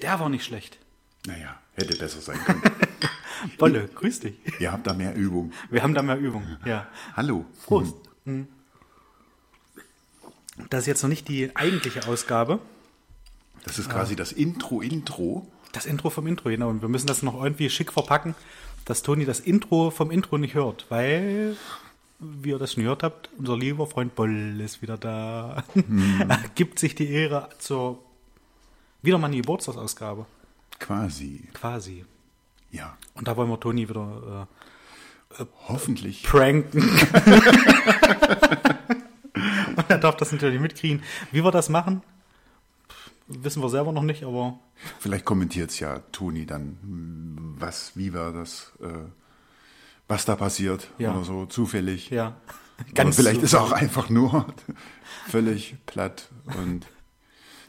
Der war nicht schlecht. Naja, hätte besser sein können. Bolle, grüß dich. Ihr habt da mehr Übung. Wir haben da mehr Übung. Ja. Hallo. Hm. Prost. Das ist jetzt noch nicht die eigentliche Ausgabe. Das ist Ah. quasi das Intro-Intro. Das Intro vom Intro, genau. Und wir müssen das noch irgendwie schick verpacken, dass Toni das Intro vom Intro nicht hört, weil, wie ihr das schon gehört habt, unser lieber Freund Boll ist wieder da. Er gibt sich die Ehre zur wieder mal eine Geburtstagsausgabe. Quasi. Quasi. Ja. Und da wollen wir Toni wieder äh, Hoffentlich. pranken. Und er darf das natürlich mitkriegen. Wie wir das machen, wissen wir selber noch nicht, aber Vielleicht kommentiert es ja Toni dann, hm, was, wie war das, äh, was da passiert Ja. oder so, zufällig. ja. Ganz Aber vielleicht so- ist er auch einfach nur völlig platt und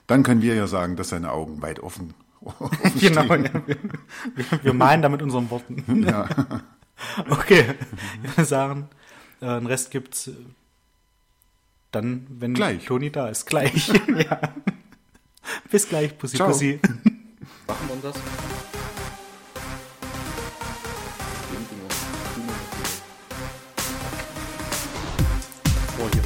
dann können wir ja sagen, dass seine Augen weit offen, offen Genau, stehen. ja. wir, wir- wir malen da mit unseren Worten. Ja. Okay, wir sagen, äh, den Rest gibt's äh, dann, wenn Gleich. Toni da ist. Gleich. ja. Bis gleich, Pussy Ciao. Pussy. Machen wir das? Oh, hier.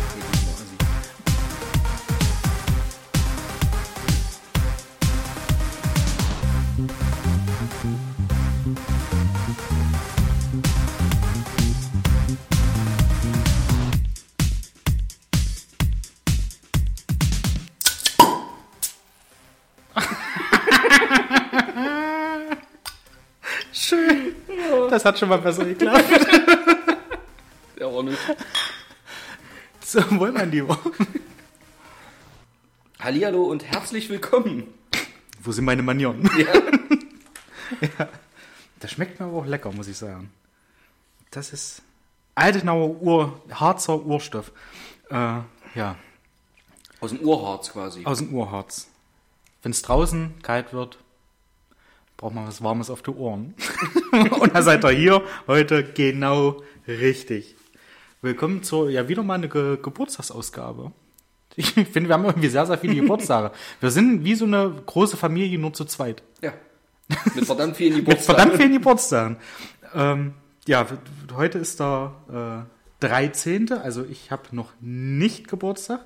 Schön. Das hat schon mal besser geklappt. Ja, aber nicht. So, wohl mein Lieber. Hallihallo und herzlich willkommen. Wo sind meine Manieren? Ja. Das schmeckt mir aber auch lecker, muss ich sagen. Das ist Altenauer Ur, Harzer Urstoff. Äh, ja, Aus dem Urharz quasi. aus dem Urharz. Wenn es draußen kalt wird, braucht man was Warmes auf die Ohren. Und da seid ihr hier heute genau richtig. Willkommen zur, ja, wieder mal eine Ge Geburtstagsausgabe. Ich finde, wir haben irgendwie sehr, sehr viele Geburtstage. Wir sind wie so eine große Familie, nur zu zweit. Ja. Mit verdammt vielen Mit Geburtstagen. verdammt vielen Geburtstagen. Ähm, ja, w- w- heute ist der äh, 13. Also ich habe noch nicht Geburtstag.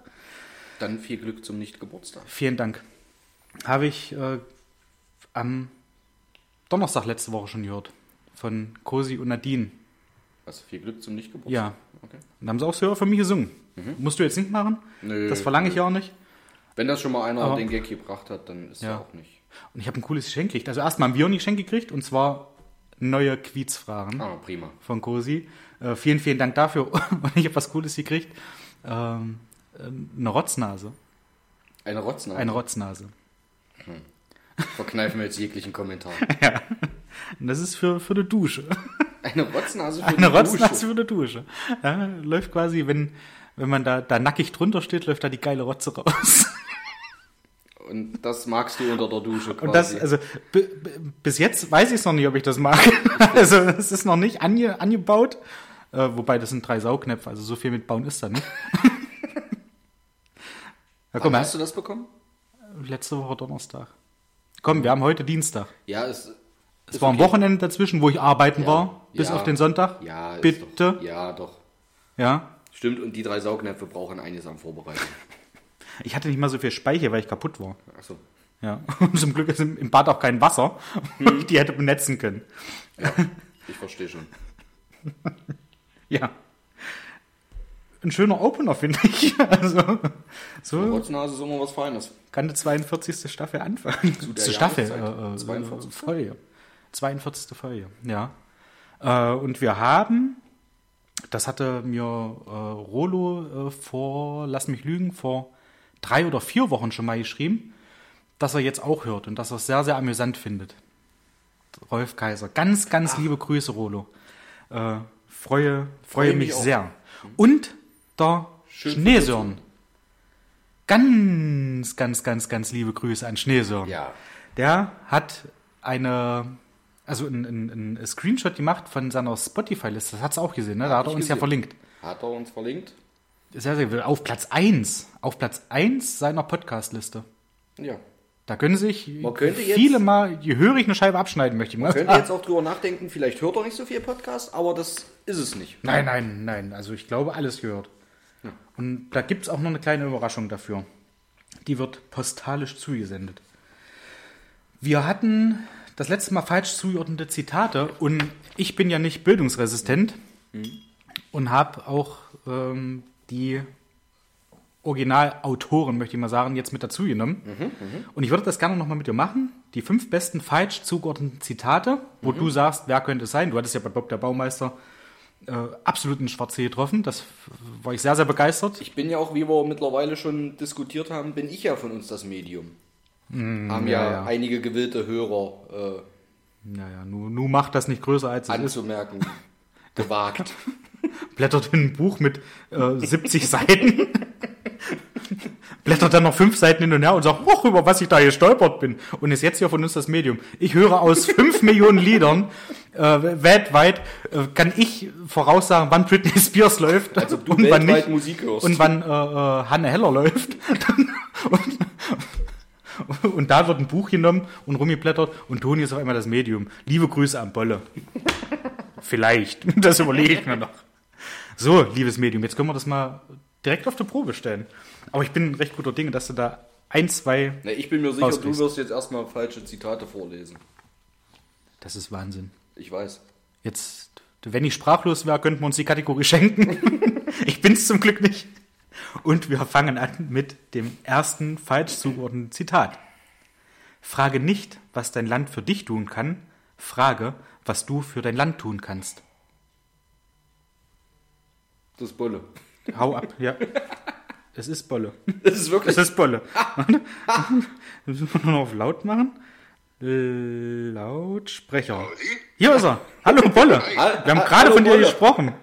Dann viel Glück zum Nicht-Geburtstag. Vielen Dank. Habe ich äh, am Donnerstag letzte Woche schon gehört. Von Cosi und Nadine. Also viel Glück zum Nicht-Geburtstag. Ja. Okay. Und haben sie auch so für mich gesungen. Musst du jetzt nicht machen. Nö. das verlange ich ja auch nicht. Wenn das schon mal einer Aber- den Gag gebracht hat, dann ist Ja. er auch nicht. Und ich habe ein cooles Geschenk gekriegt. Also erstmal haben wir ein Geschenk gekriegt und zwar neue Quiz-Fragen. Ah, prima. von Cosi. Äh, vielen, vielen Dank dafür. Und ich habe was Cooles gekriegt. Ähm, ähm, eine Rotznase. Eine Rotznase. Eine Rotznase. Verkneifen wir jetzt jeglichen Kommentar. Und das ist für, für die Dusche. Eine Rotznase für die Eine Rotznase Dusche. für die Dusche. Ja, läuft quasi, wenn, wenn man da, da nackig drunter steht, läuft da die geile Rotze raus. Und das magst du unter der Dusche quasi. Und das, also b- b- bis jetzt weiß ich es noch nicht, ob ich das mag. Also es ist noch nicht ange, angebaut. Äh, wobei, das sind drei Saugnäpfe, also so viel mit Bauen ist da nicht. Ja, Wann komm, hast du das bekommen? Letzte Woche Donnerstag. Komm, wir haben heute Dienstag. Ja, es Es war ein Wochenende dazwischen, wo ich arbeiten war, bis Ja. auf den Sonntag. Ja, ist Bitte. Doch, ja, doch. ja. Stimmt, und die drei Saugnäpfe brauchen eines am Vorbereiten. Ich hatte nicht mal so viel Speicher, weil ich kaputt war. Achso. Ja. Und zum Glück ist im im Bad auch kein Wasser. Mhm. Die hätte benetzen können. Ja, ich verstehe schon. Ja. Ein schöner Opener, finde ich. Also, so Rotznase Hm? ist immer was Feines. kann die 42. Staffel anfangen. Zu der Staffel. Jahreszeit. Äh, äh, 42.. Folge. 42. Folge, ja. Äh, und wir haben, das hatte mir äh, Rolo äh, vor, lass mich lügen, vor drei oder vier Wochen schon mal geschrieben, dass er jetzt auch hört und dass er es sehr, sehr amüsant findet. Rolf Kaiser. Ganz, ganz liebe Grüße, Rolo. Äh, freue, freue mich mich, auch. sehr. Und der Schön Schneesörn. Ganz, ganz, ganz, ganz liebe Grüße an Schneesörn. Ja. Der hat eine, also ein, ein, ein Screenshot gemacht von seiner Spotify-Liste. Das hat's auch gesehen, ne? Da hat ich er uns ja gesehen. verlinkt. Hat er uns verlinkt? Sehr, sehr gut. Auf Platz 1. Auf Platz 1 seiner Podcast-Liste. Ja. Da können sich Man könnte jetzt- viele mal, je höher ich eine Scheibe abschneiden möchte. Ich mal Könnt ihr jetzt auch drüber nachdenken, vielleicht hört er nicht so viel Podcast, aber das ist es nicht. Nein, nein, nein. Also ich glaube, alles gehört. Und da gibt es auch noch eine kleine Überraschung dafür. Die wird postalisch zugesendet. Wir hatten das letzte Mal falsch zugeordnete Zitate und ich bin ja nicht bildungsresistent und habe auch ähm, die Originalautoren, möchte ich mal sagen, jetzt mit dazu genommen. und ich würde das gerne nochmal mit dir machen. Die fünf besten falsch zugeordneten Zitate, wo du sagst, wer könnte es sein? Du hattest ja bei Bob der Baumeister äh, absoluten Schwarzsee getroffen. Das f- war ich sehr, sehr begeistert. Ich bin ja auch, wie wir mittlerweile schon diskutiert haben, bin ich ja von uns das Medium. haben Hm, ja, ja. einige gewillte Hörer Naja, nu, nu macht das nicht größer als äh, es ist. anzumerken gewagt. Blättert in ein Buch mit äh, 70 Seiten. Blättert dann noch fünf Seiten hin und her und sagt, hoch, über was ich da gestolpert bin. Und ist jetzt hier von uns das Medium. Ich höre aus fünf Millionen Liedern äh, weltweit, äh, kann ich voraussagen, wann Britney Spears läuft Also du und wann weltweit nicht. Musik hörst. und wann äh, äh, Hanne Heller läuft. und, und da wird ein Buch genommen und rumgeblättert und Toni ist auf einmal das Medium. Liebe Grüße an Bolle. Vielleicht. Das überlege ich mir noch. So, liebes Medium, jetzt können wir das mal direkt auf die Probe stellen. Aber ich bin recht guter Dinge, dass du da ein, zwei. Na, ich bin mir sicher, du Rauskriegst. wirst jetzt erstmal falsche Zitate vorlesen. Das ist Wahnsinn. Ich weiß. Jetzt, wenn ich sprachlos wäre, könnten wir uns die Kategorie schenken. ich bin's zum Glück nicht. Und wir fangen an mit dem ersten falsch zugeordneten Zitat. Frage nicht, was dein Land für dich tun kann, frage, was du für dein Land tun kannst. Das ist Bulle. Hau ab, ja. Es ist Bolle. Das ist wirklich. Es ist Bolle. Müssen wir noch auf laut machen? Lautsprecher. Hier ist er. Hallo Bolle. Wir haben ha- gerade hallo, von dir Bolle. gesprochen.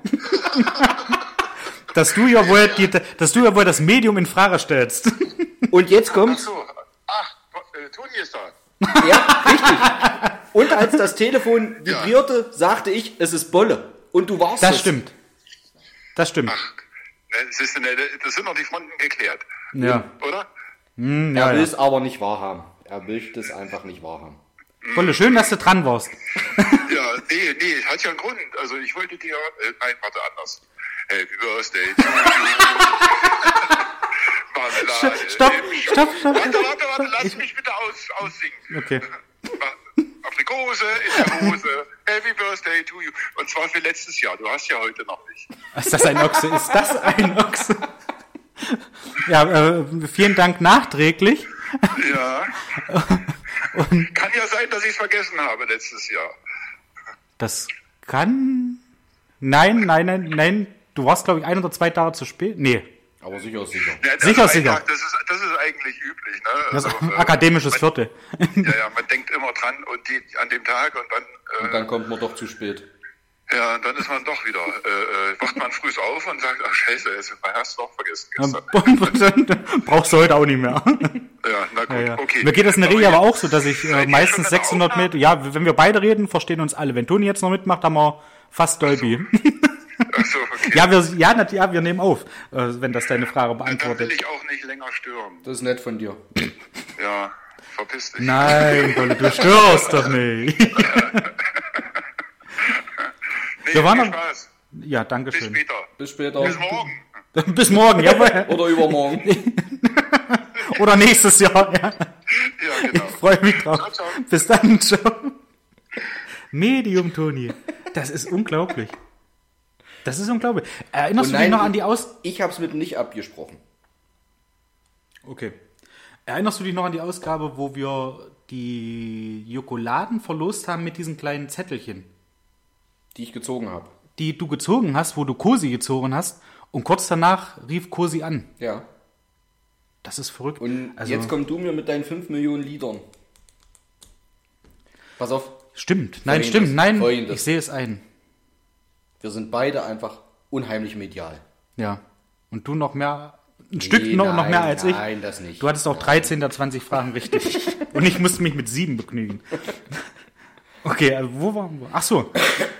Dass du ja wohl, die, dass du ja wohl das Medium in Frage stellst. Und jetzt kommt's. Achso, ach, äh, Toni ist da. Ja, richtig. Und als das Telefon vibrierte, sagte ich, es ist Bolle. Und du warst Das es. stimmt. Das stimmt. Ne, es ist eine- Das sind noch die Fronten geklärt, Ja. oder? ja, Er will ja. es aber nicht wahrhaben. Er will das einfach nicht wahrhaben. Bolle, schön, dass du dran warst. Ja, nee, nee, hat ja einen Grund. Also ich wollte dir, äh, nein, warte, anders. Happy Birthday to you. Marmelade. Stopp, im Schuh. stopp, stopp. Warte, warte, warte, lass mich bitte aus, aussingen. Okay. Aprikose in der Hose. Happy Birthday to you. Und zwar für letztes Jahr. Du hast ja heute noch nicht. Ist das ein Ochse? Ist das ein Ochse? Ja, äh, vielen Dank nachträglich. Ja. Kann ja sein, dass ich es vergessen habe letztes Jahr. Das kann. Nein, nein, nein, nein. Du warst, glaube ich, ein oder zwei Tage zu spät. Nee. Aber sicher ist sicher. Ja, das Sicher, ist sicher. einfach- Das ist, das ist eigentlich üblich. Ne? Das ist Also, ein äh, akademisches Viertel. Ja, ja, man denkt immer dran und die, an dem Tag und dann, Und dann kommt man doch zu spät. äh, ja, dann ist man doch wieder, äh, äh, wacht man früh auf und sagt, ach scheiße, jetzt hast du doch vergessen gestern. Brauchst du heute auch nicht mehr. Ja, na gut, Ja, ja. okay. Mir geht das in der Aber Regel aber jetzt- auch so, dass ich äh, seid ihr schon meistens mit der 600 Meter. Ja, wenn wir beide reden, verstehen uns alle. Wenn Toni jetzt noch mitmacht, haben wir fast Dolby. Ach so, okay. ja, wir, ja, nat- ja, wir nehmen auf, äh, wenn das deine Frage Dann will beantwortet. ich auch nicht länger stören. Das ist nett von dir. Ja, verpiss dich. Nein, Bolle, du störst doch nicht. nee, wir waren viel am- Spaß. Ja, danke Bis schön. später. Bis später. Bis morgen. Bis morgen, jawohl. Oder übermorgen. Oder nächstes Jahr. Ja. Ja, Ich genau. freue mich drauf. Ciao, ciao. Bis dann, ciao. Medium, Toni. Das ist unglaublich. Das ist unglaublich. Erinnerst Und du dich nein, noch an die Aus... Ich hab's mit ihm nicht abgesprochen. Okay. Erinnerst du dich noch an die Ausgabe, wo wir die Jokoladen verlost haben mit diesen kleinen Zettelchen, Die ich gezogen habe. die du gezogen hast, wo du Cosi gezogen hast und kurz danach rief Cosi an. Ja. Das ist verrückt. Und also, jetzt kommst du mir mit deinen 5 Millionen Liedern. Pass auf, stimmt. Nein, Folgendes, stimmt. Nein, Folgendes. ich sehe es ein. wir sind beide einfach unheimlich medial. Ja. Und du noch mehr... Ein Stück Nee, noch, noch nein, mehr als ich. Nein, das nicht. Du hattest auch 13 der 20 Fragen richtig. Und ich musste mich mit sieben begnügen. Okay, also wo waren wir? Ach so,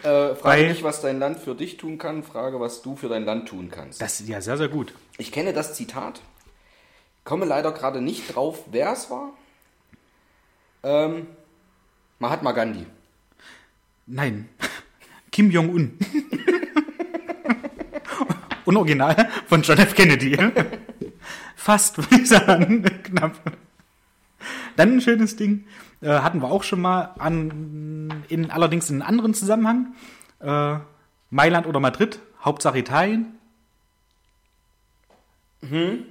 äh, frage bei- nicht, was dein Land für dich tun kann, frage, was du für dein Land tun kannst. das ist ja sehr, sehr gut. Ich kenne das Zitat, komme leider gerade nicht drauf, wer es war, Ähm, Mahatma Gandhi. Nein. Kim Jong-un. Unoriginal von John F. Kennedy. Fast, würde ich sagen. Knapp. Dann ein schönes Ding. Äh, hatten wir auch schon mal an, in, allerdings in einem anderen Zusammenhang. Äh, Mailand oder Madrid, Hauptsache Italien.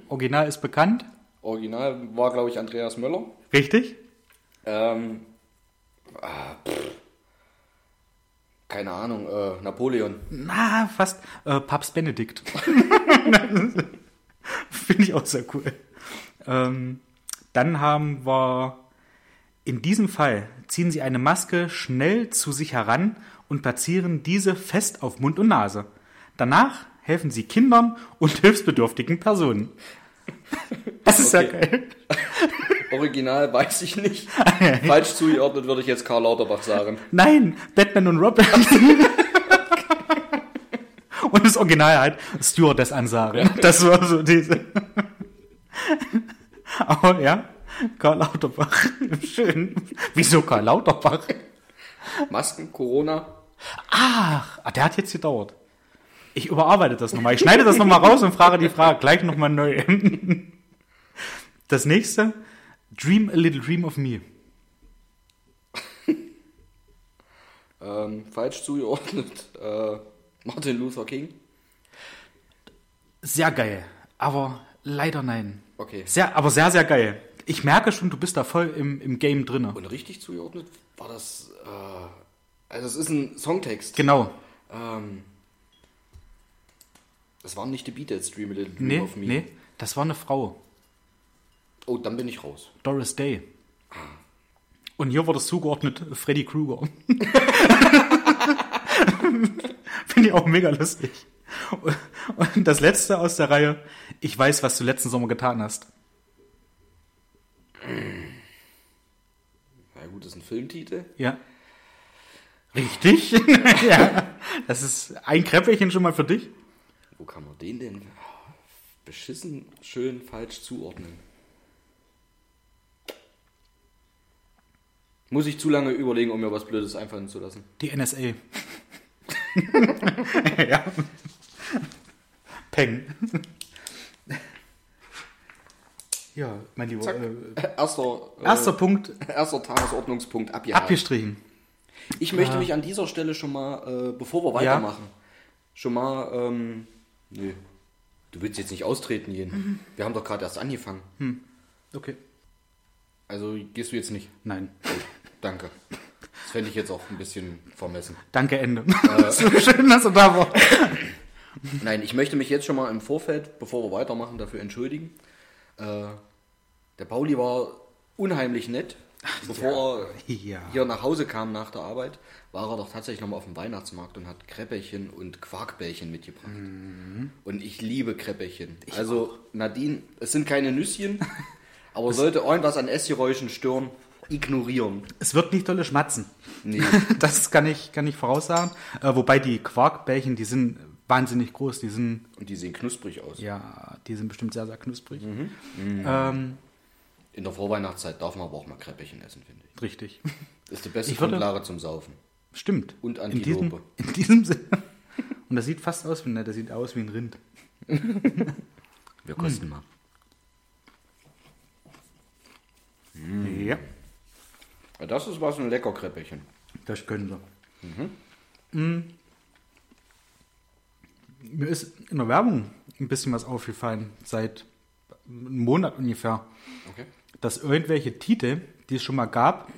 Original ist bekannt. Original war, glaube ich, Andreas Möller. Richtig? Ähm, ah, pff. keine Ahnung, äh, Napoleon. Na, fast. Äh, Papst Benedikt. Finde ich auch sehr cool. Ähm, dann haben wir in diesem Fall ziehen sie eine Maske schnell zu sich heran und platzieren diese fest auf Mund und Nase. Danach helfen sie Kindern und hilfsbedürftigen Personen. Das ist ja Okay. geil. Original weiß ich nicht. Falsch zugeordnet würde ich jetzt Karl Lauterbach sagen. Nein, Batman und Robin. und das Original halt Stewardess Ansage. Das war so diese. Aber ja, Karl Lauterbach. Schön. Wieso Karl Lauterbach? Masken, Corona. Ah, der hat jetzt gedauert. Ich überarbeite das nochmal. Ich schneide das nochmal raus und frage die Frage gleich nochmal neu. Das nächste. Dream a little dream of me. Ähm, falsch zugeordnet. Äh, Martin Luther King. Sehr geil. Aber leider nein. Okay. Sehr, aber sehr, sehr geil. Ich merke schon, du bist da voll im, im Game drinne. Und richtig zugeordnet war das. Äh, also, es ist ein Songtext. Genau. Ähm, das waren nicht die Beatles, Dream a Little Dream Nee, of Me. nee, das war eine Frau. Oh, dann bin ich raus. Doris Day. Und hier wurde es zugeordnet Freddy Krueger. Finde ich auch mega lustig. Und das letzte aus der Reihe, ich weiß, was du letzten Sommer getan hast. Na gut, das ist ein Filmtitel. Ja. Richtig? ja. Das ist ein Kräppelchen schon mal für dich. Wo kann man den denn ah, beschissen schön falsch zuordnen? Muss ich zu lange überlegen, um mir was Blödes einfallen zu lassen. Die NSA. ja. Peng. ja, mein Lieber. Äh, Erster, äh, erster Punkt erster Tagesordnungspunkt abgehakt. abgestrichen. Ich möchte mich an dieser Stelle schon mal, äh, bevor wir Ja. weitermachen, schon mal. Ähm, nee. Du willst jetzt nicht austreten gehen. Wir haben doch gerade erst angefangen. Okay. Also gehst du jetzt nicht. Nein. Danke. Das fände ich jetzt auch ein bisschen vermessen. Danke, Ende. so schön, dass du da warst. Nein, ich möchte mich jetzt schon mal im Vorfeld, bevor wir weitermachen, dafür entschuldigen. Äh, der Pauli war unheimlich nett. Bevor Ja. er hier nach Hause kam nach der Arbeit, war er doch tatsächlich nochmal auf dem Weihnachtsmarkt und hat Kreppelchen und Quarkbällchen mitgebracht. Und ich liebe Kreppelchen. also Nadine, es sind keine Nüsschen, aber sollte irgendwas an Essgeräuschen stören, ignorieren. Es wird nicht dolle schmatzen. Nee. Das kann ich, kann ich voraussagen. Äh, wobei die Quarkbällchen, die sind wahnsinnig groß. Die sind, Und die sehen knusprig aus. ja, die sind bestimmt sehr, sehr knusprig. Ähm, In der Vorweihnachtszeit darf man aber auch mal Kreppelchen essen, finde ich. richtig. Das ist die beste Ich würde- Grundlage zum Saufen. Stimmt. Und in diesem, Antilope. in diesem Sinne. Und das sieht fast aus wie, ne, das sieht aus wie ein Rind. Wir kosten Hm. mal. Mhm. Ja, Ja, Das ist was, ein lecker Kreppchen. das können sie. Mhm. Mm. Mir ist in der Werbung ein bisschen was aufgefallen, seit einem Monat ungefähr, Okay. dass irgendwelche Titel, die es schon mal gab,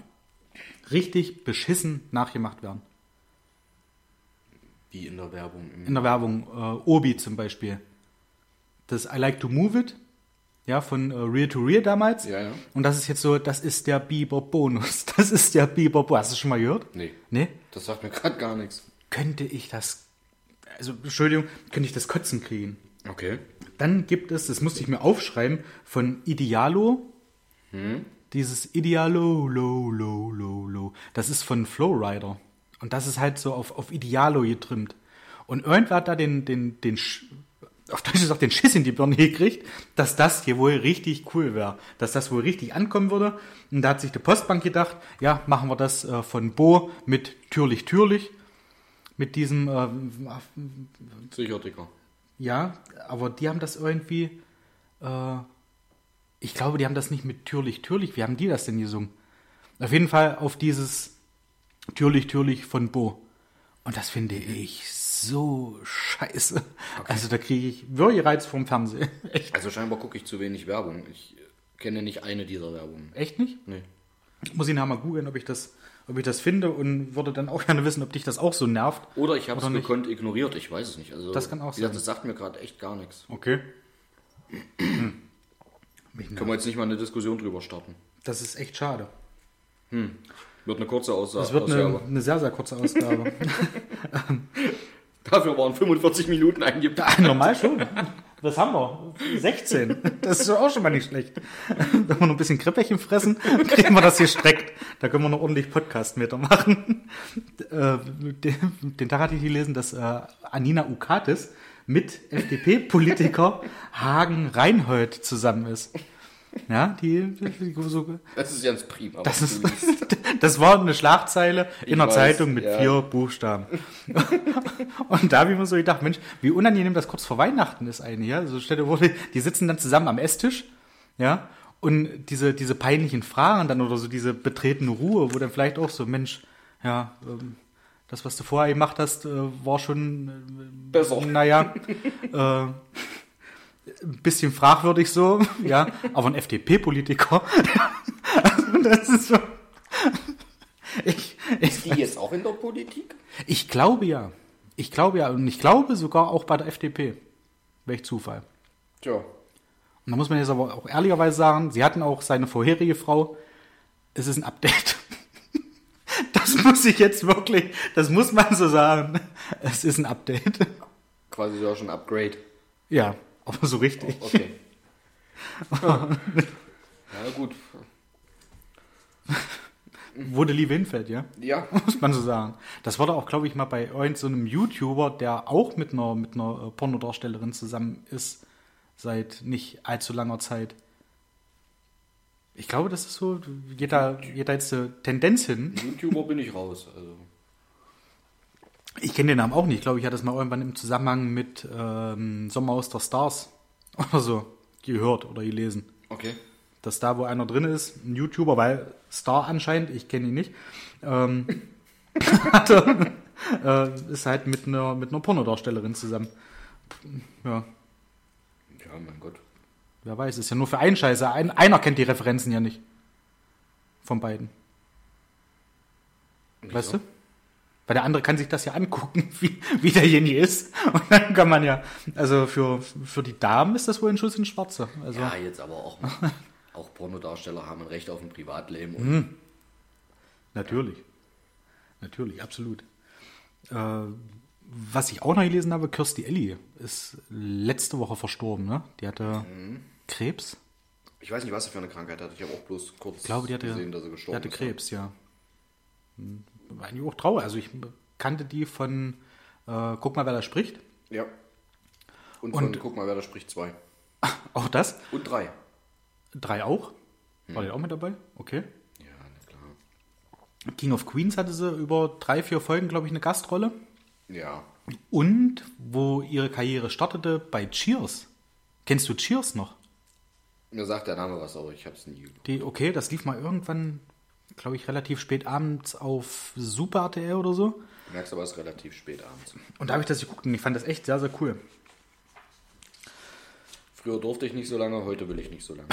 richtig beschissen nachgemacht werden. Wie in der Werbung. Im in der Werbung, äh, Obi zum Beispiel. Das I Like to Move It, ja, von äh, Real to Real damals. Ja, ja. Und das ist jetzt so, das ist der Bieber-Bonus. Das ist der Bieber-Bonus. Hast du schon mal gehört? nee, Nee? das sagt mir gerade gar nichts. Könnte ich das, also, Entschuldigung, könnte ich das Kotzen kriegen? Okay. Dann gibt es, das musste ich mir aufschreiben, von Idealo. Dieses Idealo, low, low, low, low. Das ist von Flowrider. Und das ist halt so auf, auf Idealo getrimmt. Und irgendwer hat da den, den, den Sch auf Deutsch gesagt den Schiss in die Birne gekriegt, dass das hier wohl richtig cool wäre, dass das wohl richtig ankommen würde. Und da hat sich die Postbank gedacht, ja, machen wir das äh, von Bo mit Türlich Türlich, mit diesem, äh, Psychotiker. ja, aber die haben das irgendwie, äh, ich glaube, die haben das nicht mit Türlich Türlich, wie haben die das denn gesungen? Auf jeden Fall auf dieses Türlich Türlich von Bo. Und das finde ich so scheiße. Also da kriege ich Würgereiz vom Fernsehen. Echt, Also scheinbar gucke ich zu wenig Werbung. Ich äh, kenne nicht eine dieser Werbungen. echt nicht? Nee. Muss ich nachher mal googeln, ob ich das, ob ich das finde und würde dann auch gerne wissen, ob dich das auch so nervt. Oder ich habe es Oder nicht. gekonnt ignoriert, ich weiß es nicht. Also, Das kann auch wie gesagt, sein. Das sagt mir gerade echt gar nichts. Okay. Können wir jetzt nicht mal eine Diskussion drüber starten. Das ist echt schade. Wird eine kurze Aussage. Das wird eine, eine sehr, sehr kurze Ausgabe. Dafür waren 45 Minuten eingeplant. Normal schon. Was haben wir? 16. Das ist doch auch schon mal nicht schlecht. Wenn wir noch ein bisschen Krippchen fressen, kriegen wir das hier streckt. Da können wir noch ordentlich Podcast mit machen. Äh, Den den Tag hatte ich gelesen, dass äh, Anina Ukatis mit FDP-Politiker Hagen Reinhold zusammen ist. Ja, die, die so, Das ist ganz prima. das, was ist, du liest. das war eine Schlagzeile in einer weiß, Zeitung mit ja. vier Buchstaben. und da habe ich mir so gedacht, Mensch, wie unangenehm das kurz vor Weihnachten ist eigentlich. Ja? Also stell dir vor, die- die sitzen dann zusammen am Esstisch, ja, und diese, diese peinlichen Fragen dann oder so diese betretene Ruhe, wo dann vielleicht auch so, Mensch, ja, ähm, das, was du vorher gemacht hast, äh, war schon, Besser. äh, naja, äh, ein bisschen fragwürdig so, ja, aber ein FDP-Politiker, also das ist so. Ich, ich, Die jetzt auch in der Politik? ich glaube ja. Ich glaube ja. Und ich glaube sogar auch bei der FDP. Welch Zufall. Tja. Und da muss man jetzt aber auch ehrlicherweise sagen, sie hatten auch seine vorherige Frau. Es ist ein Update. Das muss ich jetzt wirklich, das muss man so sagen. Es ist ein Update. Quasi sogar schon Upgrade. Ja, aber so richtig. Oh, Okay. ja, gut. Wo die Liebe hinfällt, ja? Ja. Muss man so sagen. Das wurde auch, glaube ich, mal bei irgendeinem so einem YouTuber, der auch mit einer, mit einer äh, Pornodarstellerin zusammen ist, seit nicht allzu langer Zeit. Ich glaube, das ist so, geht da, geht da jetzt eine Tendenz hin. YouTuber bin ich raus. Also. Ich kenne den Namen auch nicht. Ich glaube, ich hatte das mal irgendwann im Zusammenhang mit ähm, Sommer aus der Stars oder so gehört oder gelesen. Okay. dass da, wo einer drin ist, ein YouTuber, weil Star anscheinend, ich kenne ihn nicht, ähm, hat er, äh, ist halt mit einer, mit einer Pornodarstellerin zusammen. Ja, Ja, mein Gott. wer weiß, ist ja nur für einen Scheiße. Ein, einer kennt die Referenzen ja nicht. Von beiden. Weißt du? Weil der andere kann sich das ja angucken, wie, wie derjenige ist. Und dann kann man ja, also für, für die Damen ist das wohl ein Schuss in Schwarze. Also, Ja, jetzt aber auch mal. Auch Pornodarsteller haben ein Recht auf ein Privatleben. Hm. Und Natürlich. Natürlich, absolut. Äh, was ich auch noch gelesen habe, Kirsty Ellie ist letzte Woche verstorben, ne? Die hatte Mhm. Krebs. Ich weiß nicht, was er für eine Krankheit hat. Ich habe auch bloß kurz Ich glaube, die hatte, gesehen, dass er gestorben die hatte ist. Krebs, ja. Hm, War eigentlich auch Trauer. Also ich kannte die von äh, Guck mal, wer da spricht. Ja. Und, von, guck mal, wer da spricht. Zwei. Auch das. Und drei. Drei auch. War Mhm. die auch mit dabei? Okay. Ja, na klar. King of Queens hatte sie über drei, vier Folgen, glaube ich, eine Gastrolle. Ja. Und wo ihre Karriere startete, bei Cheers. Kennst du Cheers noch? Mir sagt der Name was, aber ich habe es nie gehört. Die, okay, das lief mal irgendwann, glaube ich, relativ spät abends auf Super RTL oder so. Du merkst aber, es ist relativ spät abends. Und da habe ich das geguckt und ich fand das echt sehr, sehr cool. Früher durfte ich nicht so lange, heute will ich nicht so lange.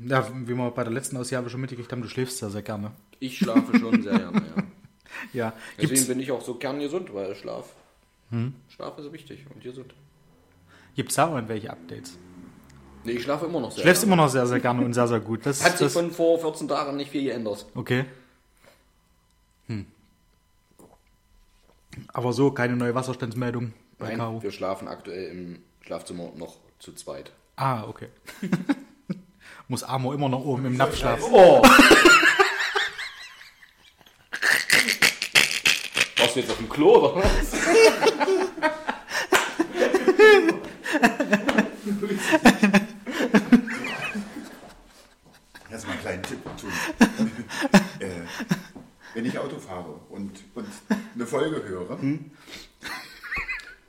Ja, wie wir bei der letzten Ausgabe schon mitgekriegt haben, du schläfst sehr, sehr gerne. Ich schlafe schon sehr gerne, ja. Ja, Deswegen gibt's, bin ich auch so kerngesund, weil Schlaf. Hm? Schlaf ist wichtig und gesund. gibt's da irgendwelche Updates? Nee, ich schlafe immer noch sehr. Du schläfst immer noch sehr, sehr gerne und sehr, sehr gut. Das, Hat sich das, von vor 14 Tagen nicht viel geändert. Okay. Hm. Aber so, keine neue Wasserstandsmeldung bei Nein, Caro. wir schlafen aktuell im Schlafzimmer noch zu zweit. Ah, okay. Muss Amor immer noch oben im Napf schlafen. Oh! Warst du jetzt auf dem Klo oder was? Lass mal einen kleinen Tipp tun. äh, wenn ich Auto fahre und, und eine Folge höre,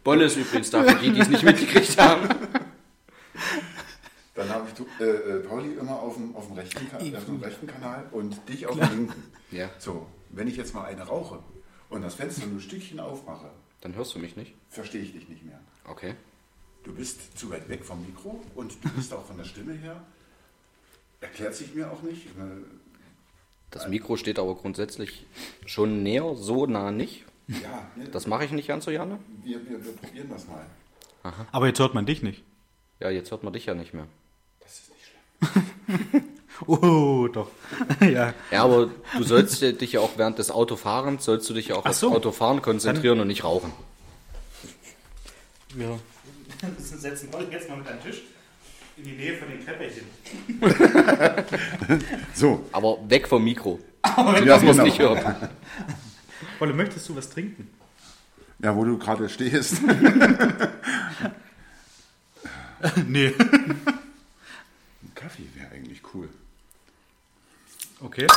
Bolle ist übrigens da, für die, die es nicht mitgekriegt haben. dann habe ich du, äh, äh, Pauli immer auf dem, auf, dem rechten, Ka- äh, auf dem rechten Kanal und dich auf dem linken. Ja. So, wenn ich jetzt mal eine rauche und das Fenster nur ein Stückchen aufmache, Dann hörst du mich nicht. verstehe ich dich nicht mehr. Okay. Du bist zu weit weg vom Mikro und du bist auch von der Stimme her. Erklärt sich mir auch nicht. Ne? Das Mikro steht aber grundsätzlich schon näher, so nah nicht. Ja, ne? Das mache ich nicht ganz so gerne. wir, wir, wir probieren das mal. Oh. Aber jetzt hört man dich nicht. Ja, jetzt hört man dich ja nicht mehr. Das ist nicht schlimm. Oh, doch. ja. Ja, aber du sollst ja dich ja auch während des Autofahrens, sollst du dich ja auch Ach aufs so. Autofahren konzentrieren und nicht rauchen. Wir setzen Holger jetzt mal mit an den Tisch in die Nähe von den Kreppchen. So, Aber weg vom Mikro, ja, dass man es genau. nicht hört. Wolle, möchtest du was trinken? ja, wo du gerade stehst. nee. Ein Kaffee wäre eigentlich cool. Okay.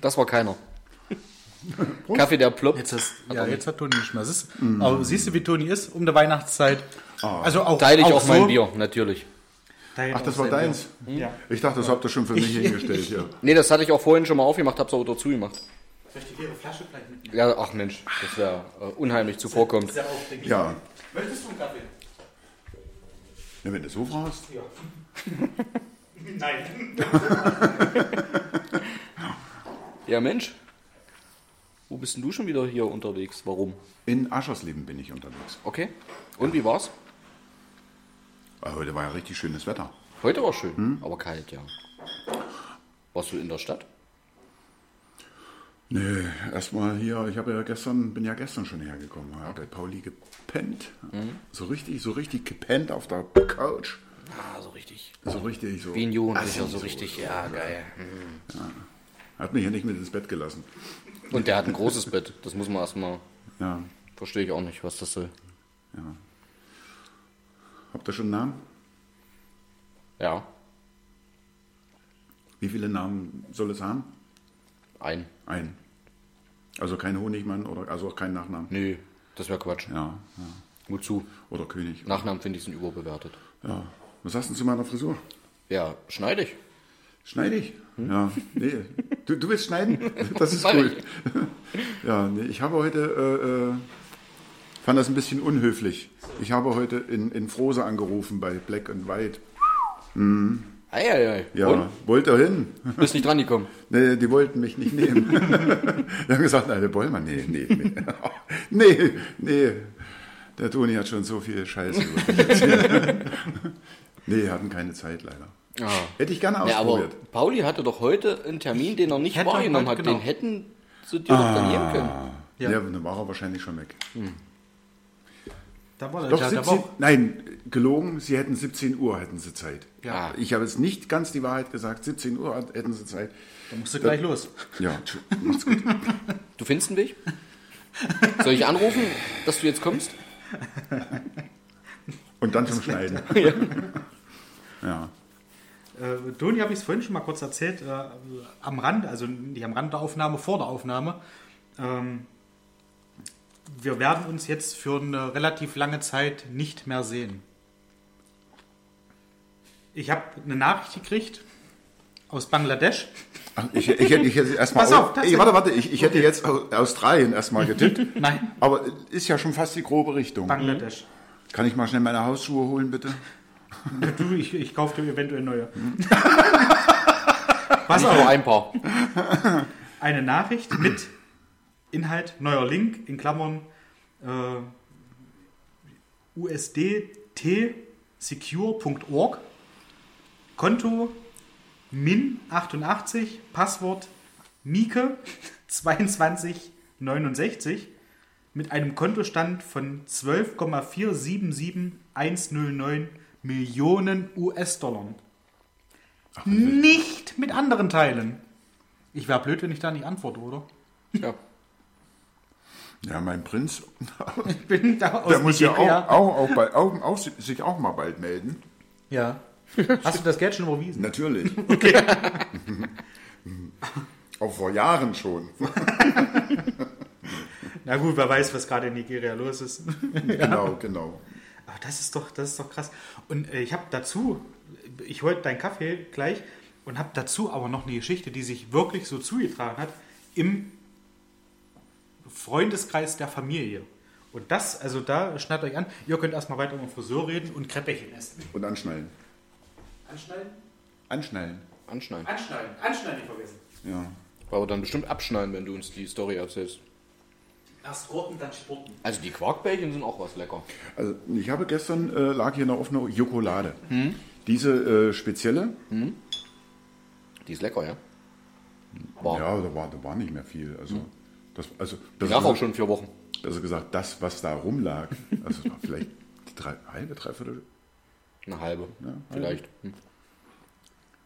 Das war keiner. Kaffee, der ploppt. Jetzt, ist, ja, jetzt hat Toni nicht Mm. mehr. Siehst, aber siehst du, wie Toni ist um der Weihnachtszeit? Also auch, Teile ich auch, so. mein Bier, natürlich. Teile Ach, das auch war sein deins? Bier. Ja. Ich dachte, das habt ihr schon für mich hingestellt. Ja. Nee, das hatte ich auch vorhin schon mal aufgemacht, hab's aber dazu gemacht. Soll ich die leere Flasche vielleicht mitnehmen? Ja, ach Mensch, das wäre äh, unheimlich zuvorkommt. Sehr aufregend. ja. Möchtest du einen Kaffee? Ja, wenn du so fragst. Ja. Nein. Ja, Mensch. Wo bist denn du schon wieder hier unterwegs? Warum? In Aschersleben bin ich unterwegs. Okay. Und wie war's? Aber Ah, heute war ja richtig schönes Wetter. Heute war schön, aber kalt, ja. Warst du in der Stadt? Nee, erstmal hier, ich habe ja gestern, bin ja gestern schon hergekommen. Da hat der Pauli gepennt. Mhm. So richtig, so richtig gepennt auf der Couch. Ah, so richtig. So richtig, so. Wie ein Jugendlicher, Assi, so richtig. Ja, geil. Mhm. Hat mich ja nicht mit ins Bett gelassen. Und der hat ein großes Bett. Das muss man erstmal. Ja. Verstehe ich auch nicht, was das soll. Habt ihr schon einen Namen? Ja, Wie viele Namen soll es haben? ein. Ein. Also kein Honigmann oder also auch kein Nachnamen. Nö, das wäre Quatsch. Ja, ja. Wozu? Oder König. Nachnamen finde ich sind überbewertet. Ja. Was sagst du zu meiner Frisur? Ja, schneide ich. Schneide ich? Ja, nee. Du, du willst schneiden? Das ist Mach cool. Ja, nee, ich habe heute, äh, äh, fand das ein bisschen unhöflich. Ich habe heute in, in Frose angerufen bei Black and White. Eieiei. Ja, Und? wollt ihr hin? Bist nicht dran gekommen. Nee, die wollten mich nicht nehmen. die haben gesagt, nein, der Bollmann, nee, nee, nee. nee, nee. Der Toni hat schon so viel Scheiße über mich erzählt. Nee, hatten keine Zeit leider. Ah. Hätte ich gerne Ja, aber ausprobiert. Pauli hatte doch heute einen Termin, den er nicht Hätte er wahrgenommen heute, hat. Den genau. hätten sie dir doch dann Ah. nehmen können. Ja, Ja. dann war er wahrscheinlich schon weg. Da war Doch, ja, 17, nein, gelogen, sie hätten 17 Uhr hätten sie Zeit. Ja. Ich habe es nicht ganz die Wahrheit gesagt, 17 Uhr hat- hätten sie Zeit. Da musst du gleich los. Ja, tsch- macht's gut. Du findest einen Weg? Soll ich anrufen, dass du jetzt kommst? Und dann zum Schneiden. Ja. Äh, Toni habe ich es vorhin schon mal kurz erzählt, äh, am Rand, also nicht am Rand der Aufnahme, vor der Aufnahme. Ähm, wir werden uns jetzt für eine relativ lange Zeit nicht mehr sehen. Ich habe eine Nachricht gekriegt aus Bangladesch. Ach, Ich, ich hätte ich hätte erstmal. Pass auf, ey, warte, warte, ich, ich hätte jetzt Au- Australien erstmal getippt. Nein, Aber ist ja schon fast die grobe Richtung. Bangladesch. Kann ich mal schnell meine Hausschuhe holen, bitte? Du, ich, ich kaufe dir eventuell neue. Mhm. Pass Nicht nur auf, ein paar. eine Nachricht mit Inhalt neuer Link in Klammern äh, usdtsecure.org Konto min88 Passwort Mieke 2269 mit einem Kontostand von 12,477109 Millionen US-Dollar. Nicht mit anderen Teilen. Ich wäre blöd, wenn ich da nicht antworte, oder? Ja. Ja, mein Prinz, Ich bin da aus der muss ja Nigeria. auch, auch, auch, bei, auch, auch sich auch mal bald melden. Ja. Hast du das Geld schon überwiesen? Natürlich. Auch vor Jahren schon. Na gut, wer weiß, was gerade in Nigeria los ist. Genau, genau. Aber das ist doch, das ist doch krass. Und äh, ich habe dazu, ich hol deinen Kaffee gleich und habe dazu aber noch eine Geschichte, die sich wirklich so zugetragen hat im Freundeskreis der Familie. Und das, also da schneidet euch an. Ihr könnt erstmal weiter über Friseur reden und Kreppchen essen. Und anschnallen. Anschneiden? Anschnallen. Anschneiden. Anschneiden. Anschneiden nicht vergessen. Ja. Aber dann bestimmt abschneiden, wenn du uns die Story erzählst. Erst roten, dann sporten. Also die Quarkbällchen sind auch was lecker. Also ich habe gestern äh, lag hier eine offene Jokolade. Hm? Diese äh, spezielle, Die ist lecker, ja? Wow. ja, da war, da war nicht mehr viel. Also, das, also Oh. Hm. Ich besser, lag auch schon vier Wochen. besser gesagt, das, was da rumlag, also es war vielleicht die drei, halbe, dreiviertel, Eine halbe. Vielleicht. Hm.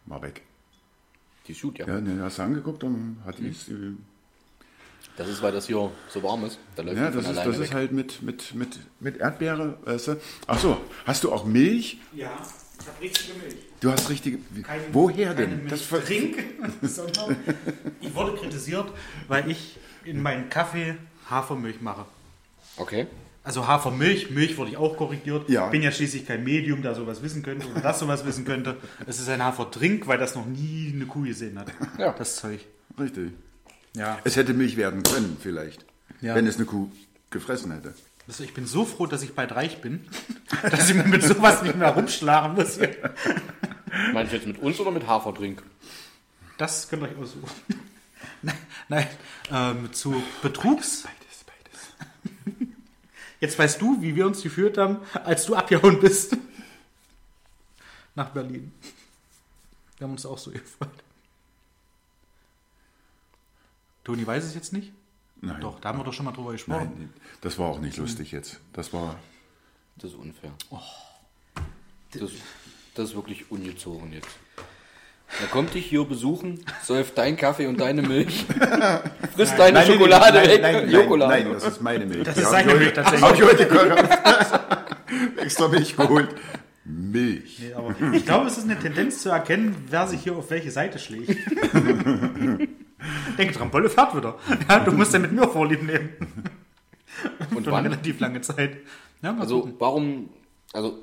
mal weg. Die ist gut, ja. Ja, ne, hast du angeguckt und Hm. hat die- die Das ist, weil das hier so warm ist. Da läuft Ja, die von das ist, alleine das ist weg. halt mit, mit, mit, mit Erdbeere, weißt du. Achso, hast du auch Milch? Ja, ich habe richtige Milch. Du hast richtige. wie- Keine- woher keine denn? Milch Das ver trinke, sondern ich wurde kritisiert, weil ich in meinen Kaffee Hafermilch mache. halt- Okay. Also Hafermilch, Milch wurde ich auch korrigiert. Ja. Bin ja schließlich kein Medium, der sowas wissen könnte oder das sowas wissen könnte. Es ist ein Hafertrink, weil das noch nie eine Kuh gesehen hat. Ja. Das Zeug. Richtig. Ja. Es hätte Milch werden können, vielleicht. Ja. Wenn es eine Kuh gefressen hätte. Also ich bin so froh, dass ich bald reich bin, dass ich mir mit sowas nicht mehr rumschlagen muss. Meinst du jetzt mit uns oder mit Hafertrink? Das könnt ihr euch aussuchen. Nein, nein ähm, zu Betrugs. Beides, beides. Jetzt weißt du, wie wir uns geführt haben, als du abgehauen bist. Nach Berlin. Wir haben uns auch so gefreut. Toni weiß es jetzt nicht? Nein. Doch, da haben wir doch schon mal drüber gesprochen. Nein, das war auch nicht lustig jetzt. Das war. Das ist unfair. Oh. Das, das ist wirklich ungezogen jetzt. Er kommt dich hier besuchen, säuft deinen Kaffee und deine Milch, frisst deine Schokolade weg. Jokolade. Nein, das ist meine Milch. Das Die ist hab seine ich Milch heute- tatsächlich. hab ich heute gehört. Extra Milch geholt. Milch. Nee, aber ich glaube, es ist eine Tendenz zu erkennen, wer sich hier auf welche Seite schlägt. Denke dran, Bolle fährt wieder. Ja, du musst ja mit mir vorlieb nehmen. Und Für eine wann? relativ lange Zeit. Ja, mal Also gucken. warum, also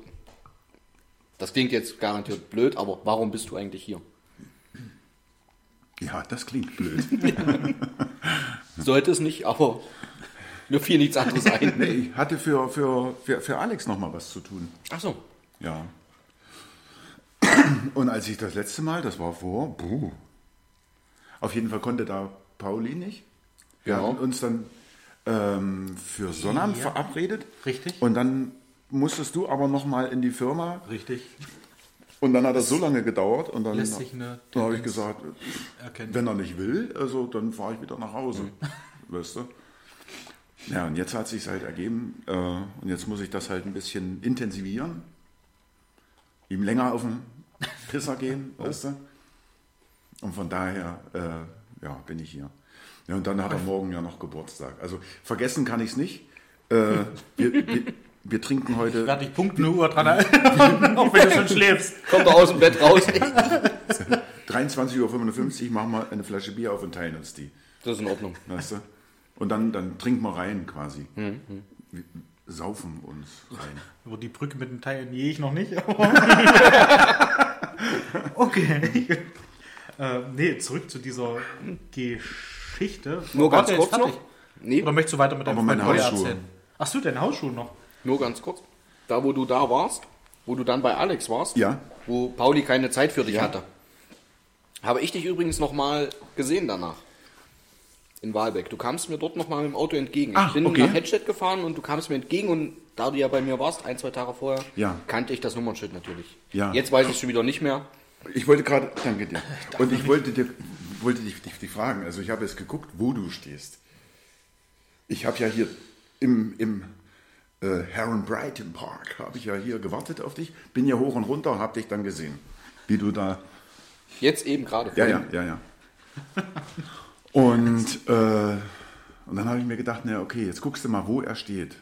das klingt jetzt garantiert blöd, aber warum bist du eigentlich hier? Hm. Ja, das klingt blöd. Sollte es nicht, aber mir fiel nichts anderes ein. Nee, ich hatte für, für, für, für Alex nochmal was zu tun. Achso, Ja. Und als ich das letzte Mal, das war vor, buh, auf jeden Fall konnte da Pauli nicht. Wir Genau. hatten uns dann ähm, für Sonnabend verabredet. Richtig. Und dann musstest du aber nochmal in die Firma. Richtig. Und dann hat das so lange gedauert. Und dann, Lässt sich eine dann habe ich Tendenz gesagt, erkennen. wenn er nicht will, also dann fahre ich wieder nach Hause. weißt du? Ja, und jetzt hat sich halt ergeben. Äh, und jetzt muss ich das halt ein bisschen intensivieren. Ihm länger auf den Pisser gehen, weißt du? Und von daher, äh, ja, bin ich hier. Ja, und dann hat er morgen ja noch Geburtstag. Also vergessen kann ich es nicht. Äh, wir, wir, wir trinken heute. Werde ich Punkt eine Uhr dran erinnern, auch wenn du schon schläfst. kommt er aus dem Bett raus. 23.55 Uhr machen wir eine Flasche Bier auf und teilen uns die. Das ist in Ordnung. Weißt du? Und dann, dann trinken wir rein quasi. Wir saufen uns rein. Über die Brücke mit dem Teil gehe ich noch nicht. okay. äh, nee, zurück zu dieser Geschichte. Nur ganz Warte, kurz jetzt noch. fertig? Nee, Oder möchtest du weiter mit deinem Aber meine Freund vorher Hausschuhe. erzählen? Ach so, deine Hausschuhe noch. nur ganz kurz. Da, wo du da warst, wo du dann bei Alex warst, Ja. wo Pauli keine Zeit für dich hatte, habe ich dich übrigens nochmal gesehen danach. In Walbeck. Du kamst mir dort nochmal mit dem Auto entgegen. Ach, ich bin Ah, okay. nach Hedstedt gefahren und du kamst mir entgegen und da du ja bei mir warst, ein, zwei Tage vorher, Ja. kannte ich das Nummernschild natürlich. Ja. Jetzt weiß ich es schon wieder nicht mehr. Ich wollte gerade, danke dir. Und ich wollte, dir, wollte dich, dich, dich fragen, also ich habe jetzt geguckt, wo du stehst. Ich habe ja hier im, im äh, Heron Brighton Park, habe ich ja hier gewartet auf dich, bin ja hoch und runter und habe dich dann gesehen, wie du da Jetzt eben gerade. Ja, ja, ja, ja. Und, äh, und dann habe ich mir gedacht, na okay, jetzt guckst du mal, wo er steht.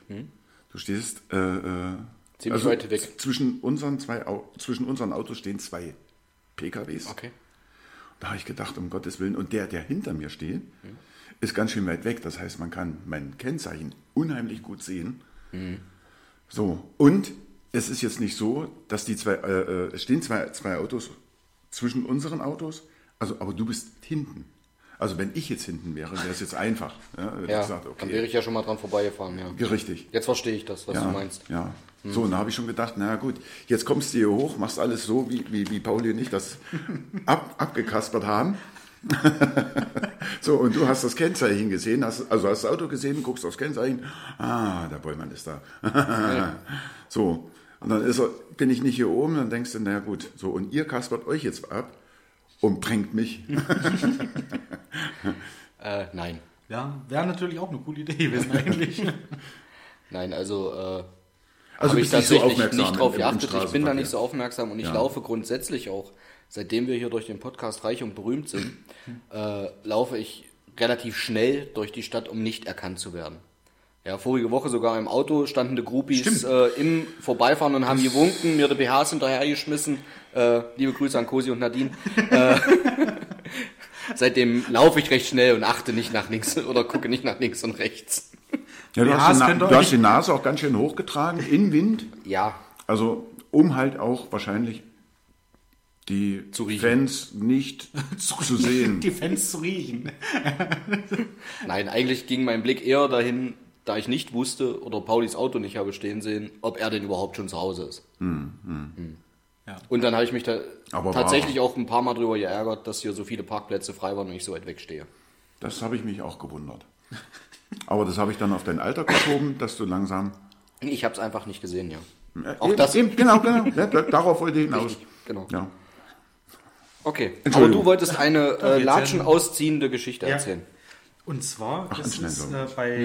Du stehst äh, äh, Hm? Ziemlich weit weg. Zwischen unseren, zwei, Au- zwischen unseren Autos stehen zwei PKWs. Okay. Da habe ich gedacht, um Gottes Willen. Und der, der hinter mir steht, Mhm. ist ganz schön weit weg. Das heißt, man kann mein Kennzeichen unheimlich gut sehen. Mhm. So, und es ist jetzt nicht so, dass die zwei, äh, äh, es stehen zwei, zwei Autos zwischen unseren Autos, also, aber du bist hinten. Also wenn ich jetzt hinten wäre, wäre es jetzt einfach. Ja, wenn Ja, ich sage, dann wäre okay, ich ja schon mal dran vorbeigefahren, ja. ja, richtig. Jetzt verstehe ich das, was Ja, du meinst. Hm. ja. So, und da habe ich schon gedacht, na gut, jetzt kommst du hier hoch, machst alles so, wie, wie, wie Pauli und ich das ab, abgekaspert haben. so, und du hast das Kennzeichen gesehen, hast, also hast das Auto gesehen, guckst aufs Kennzeichen, ah, der Bollmann ist da. so, und dann ist er, bin ich nicht hier oben, dann denkst du, na gut, so, und ihr kaspert euch jetzt ab und bringt mich. Äh, nein. Ja, wäre natürlich auch eine coole Idee gewesen eigentlich. Nein, also äh, Also habe bist ich nicht so tatsächlich aufmerksam nicht drauf im- im geachtet. Ich bin da nicht so aufmerksam und ich Ja. laufe grundsätzlich auch, seitdem wir hier durch den Podcast reich und berühmt sind, äh, laufe ich relativ schnell durch die Stadt, um nicht erkannt zu werden. Ja, vorige Woche sogar im Auto standen die Groupies äh, im Vorbeifahren und haben gewunken, mir die BHs hinterhergeschmissen. Äh, liebe Grüße an Cosi und Nadine. äh, seitdem laufe ich recht schnell und achte nicht nach links oder gucke nicht nach links und rechts. Ja, du, Ja, hast es die Na- könnte du euch- hast die Nase auch ganz schön hochgetragen, in Wind. Ja, Also, um halt auch wahrscheinlich die Fans nicht zu sehen. Die Fans zu riechen. Nein, eigentlich ging mein Blick eher dahin, da ich nicht wusste oder Paulis Auto nicht habe stehen sehen, ob er denn überhaupt schon zu Hause ist. Hm. Ja. Und dann habe ich mich da Aber tatsächlich auch ein paar Mal drüber geärgert, dass hier so viele Parkplätze frei waren und ich so weit wegstehe. Das habe ich mich auch gewundert. Aber das habe ich dann auf dein Alter geschoben, dass du langsam. Ich habe es einfach nicht gesehen, ja. Äh, Auch das- Eben, genau, genau. Ja, da- darauf wollte ich hinaus. Genau. Ja. Okay, aber Entschuldigung. du wolltest eine äh, jetzt Latschen ausziehende Geschichte Ja. erzählen. Und zwar Ach, ist es äh, anscheinend bei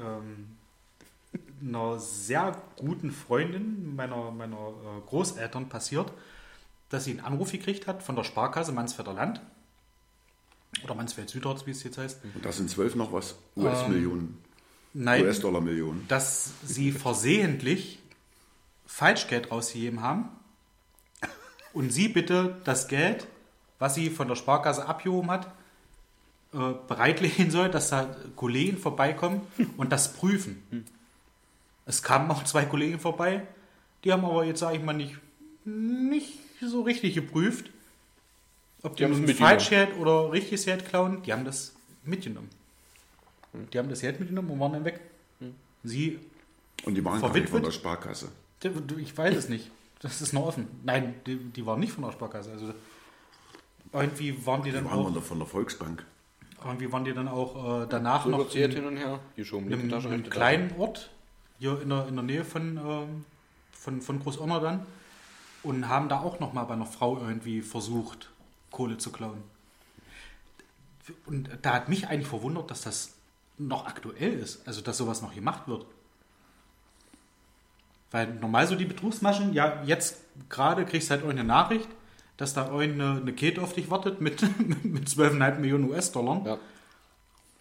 ähm, einer sehr guten Freundin meiner, meiner äh, Großeltern passiert, dass sie einen Anruf gekriegt hat von der Sparkasse Mansfelder Land oder Mansfeld Südorts, wie es jetzt heißt. Und das sind zwölf noch was US-Millionen, Nein, US-Dollar-Millionen. dass sie versehentlich Falschgeld rausgegeben haben und sie bitte das Geld, was sie von der Sparkasse abgehoben hat, äh, bereitlegen soll, dass da Kollegen vorbeikommen und das prüfen. Es kamen auch zwei Kollegen vorbei, die haben aber jetzt, sage ich mal, nicht, nicht so richtig geprüft, ob die, haben es die mitgenommen. Falschgeld oder richtiges Geld klauen. Die haben das mitgenommen. Die haben das Geld mitgenommen und waren dann weg. Hm. Sie, Und die waren gar nicht von Verwitwet? der Sparkasse. ich weiß es nicht. Das ist noch offen. Nein, die, die waren nicht von der Sparkasse. Also irgendwie waren die Die dann waren auch, von der, von der Volksbank. irgendwie waren die dann auch äh, danach So noch kurz hier in hin und her, geschoben, einem, linke Tasche, einem rechte Tasche. kleinen Ort hier in der, in der Nähe von, ähm, von, von Großonner dann und haben da auch nochmal bei einer Frau irgendwie versucht, Kohle zu klauen. Und da hat mich eigentlich verwundert, dass das noch aktuell ist, also dass sowas noch gemacht wird. Weil normal so die Betrugsmaschen, ja, jetzt gerade kriegst du halt irgendeine Nachricht, dass da irgendeine eine Kette auf dich wartet mit, mit 12,5 Millionen US-Dollar. Ja.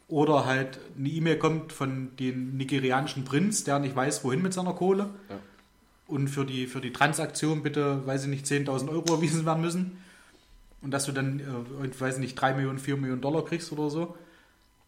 Oder halt eine E-Mail kommt von dem nigerianischen Prinz, der nicht weiß, wohin mit seiner Kohle. Ja. Und für die, für die Transaktion bitte, weiß ich nicht, 10.000 Euro erwiesen werden müssen. Und dass du dann, äh, irgend- weiß ich nicht, 3 Millionen, 4 Millionen Dollar kriegst oder so.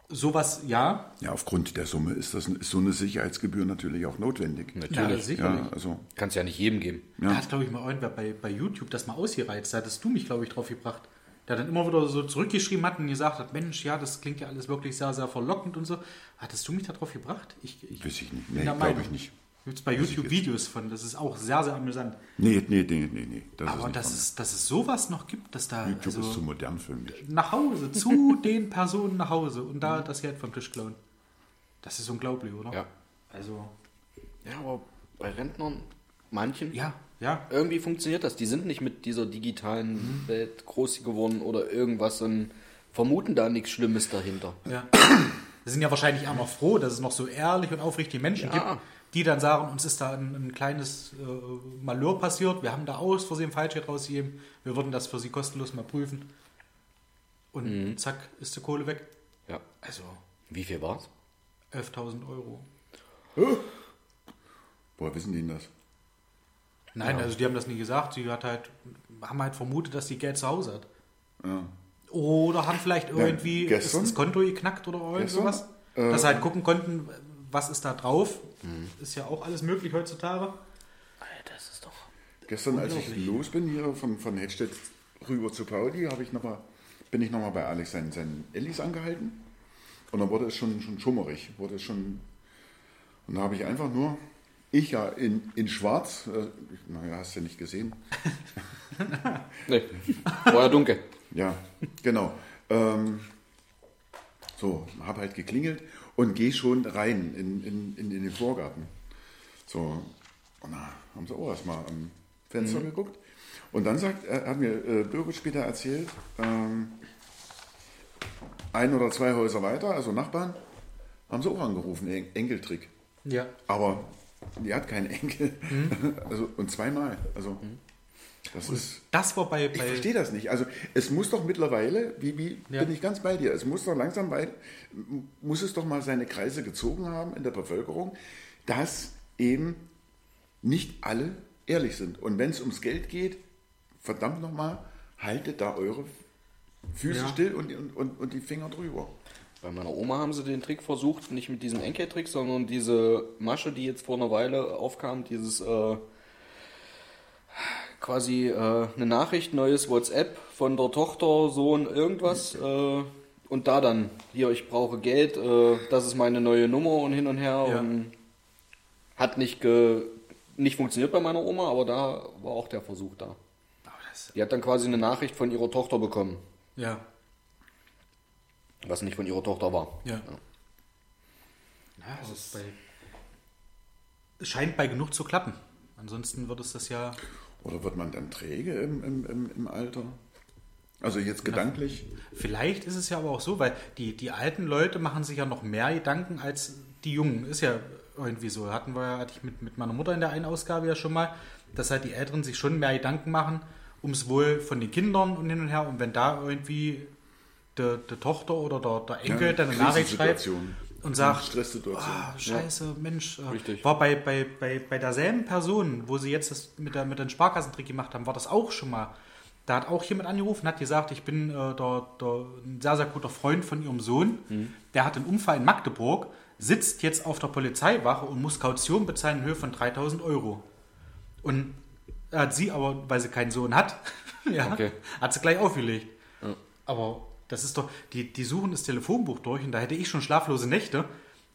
Sowas, ja. Ja, aufgrund der Summe ist, das, ist so eine Sicherheitsgebühr natürlich auch notwendig. Ja, sicherlich. Ja, also Kannst ja nicht jedem geben. Da hat, glaube ich, mal irgendwer bei, bei YouTube das mal ausgereizt. Da hattest du mich, glaube ich, drauf gebracht. Der dann immer wieder so zurückgeschrieben hat und gesagt hat, Mensch, ja, das klingt ja alles wirklich sehr, sehr verlockend und so. Hattest du mich da drauf gebracht? Ich, ich Weiß ich nicht. bin der Nee, glaube Meinung. ich nicht. Gibt's bei YouTube Videos von, das ist auch sehr, sehr amüsant. Nee, nee, nee, nee, nee. Das Aber nicht dass von- es, dass es sowas noch gibt, dass da YouTube ist zu also modern für mich. nach Hause, zu den Personen nach Hause und da das Geld vom Tisch klauen. Das ist unglaublich, oder? Ja. Also, Ja, aber bei Rentnern, manchen, ja, ja. irgendwie funktioniert das. Die sind nicht mit dieser digitalen Welt groß geworden oder irgendwas und vermuten da nichts Schlimmes dahinter. ja. Wir sind ja wahrscheinlich auch noch froh, dass es noch so ehrlich und aufrichtige Menschen gibt, die dann sagen, uns ist da ein, ein kleines äh, Malheur passiert, wir haben da aus Versehen Falschheit rausgegeben, wir würden das für sie kostenlos mal prüfen. Und Mhm. zack, ist die Kohle weg. Ja. Also Wie viel war's? 11.000 Euro. Woher wissen die denn das? Nein, also die haben das nie gesagt. Sie hat halt, haben halt vermutet, dass sie Geld zu Hause hat. Oder haben vielleicht irgendwie ist gestern- das Konto geknackt oder irgend gestern, sowas. äh, dass sie halt gucken konnten, was ist da drauf. Mhm. Ist ja auch alles möglich heutzutage. Das ist doch. Gestern, als ich los bin hier von, von Hedstedt rüber zu Pauli, habe ich noch mal, bin ich nochmal bei Alex seinen, seinen Ellis angehalten. Und dann wurde es schon, schon schummerig. Wurde es schon, und da habe ich einfach nur, ich ja in, in schwarz, äh, naja, hast du ja nicht gesehen, Nee. Vorher dunkel. Ja, genau. Ähm, so, habe halt geklingelt und gehe schon rein in, in, in, in den Vorgarten. So, und da haben sie auch erstmal am Fenster geguckt. Und dann sagt, äh, hat mir äh, Birgit später erzählt, ähm, ein oder zwei Häuser weiter, also Nachbarn, haben sie auch angerufen, En- Enkeltrick. Ja. Aber die hat keinen Enkel. Also, und zweimal. Also, das ist. Das war bei, Ich bei verstehe das nicht. Also es muss doch mittlerweile, Bibi, Ja. bin ich ganz bei dir, es muss doch langsam bei, m- muss es doch mal seine Kreise gezogen haben in der Bevölkerung, dass eben nicht alle ehrlich sind. Und wenn es ums Geld geht, verdammt nochmal, haltet da eure Füße Ja. still und, und, und, und die Finger drüber. Bei meiner Oma haben sie den Trick versucht, nicht mit diesem Enkeltrick, sondern diese Masche, die jetzt vor einer Weile aufkam, dieses äh, quasi äh, eine Nachricht, neues WhatsApp von der Tochter, Sohn, Mhm. irgendwas. Äh, und da dann, hier, ich brauche Geld, äh, das ist meine neue Nummer und hin und her. Ja. Und hat nicht, ge nicht funktioniert bei meiner Oma, aber da war auch der Versuch da. Oh, Die hat dann quasi eine Nachricht von ihrer Tochter bekommen, ja, was nicht von ihrer Tochter war. ja. Ja, also es bei, es scheint bei genug zu klappen. Ansonsten wird es das ja. Oder wird man dann träge im, im, im, im Alter? Also jetzt gedanklich. Vielleicht ist es ja aber auch so, weil die, die alten Leute machen sich ja noch mehr Gedanken als die Jungen. Ist ja irgendwie so. Hatten wir ja, hatte ich mit, mit meiner Mutter in der einen Ausgabe ja schon mal, dass halt die Älteren sich schon mehr Gedanken machen ums Wohl von den Kindern und hin und her. Und wenn da irgendwie der de Tochter oder der, der Enkel dann eine Nachricht schreibt Krisensituation. und sagt, Stresssituation. Ah, scheiße, Mensch. Äh, Richtig. War bei, bei, bei, bei derselben Person, wo sie jetzt das mit, der, mit dem Sparkassentrick gemacht haben, war das auch schon mal. Da hat auch jemand angerufen, hat gesagt, ich bin äh, der, der, ein sehr, sehr guter Freund von ihrem Sohn. Der hat einen Unfall in Magdeburg, sitzt jetzt auf der Polizeiwache und muss Kaution bezahlen in Höhe von 3000 Euro. Und hat sie aber, weil sie keinen Sohn hat, ja, Okay. hat sie gleich aufgelegt. Aber das ist doch, die, die suchen das Telefonbuch durch und da hätte ich schon schlaflose Nächte,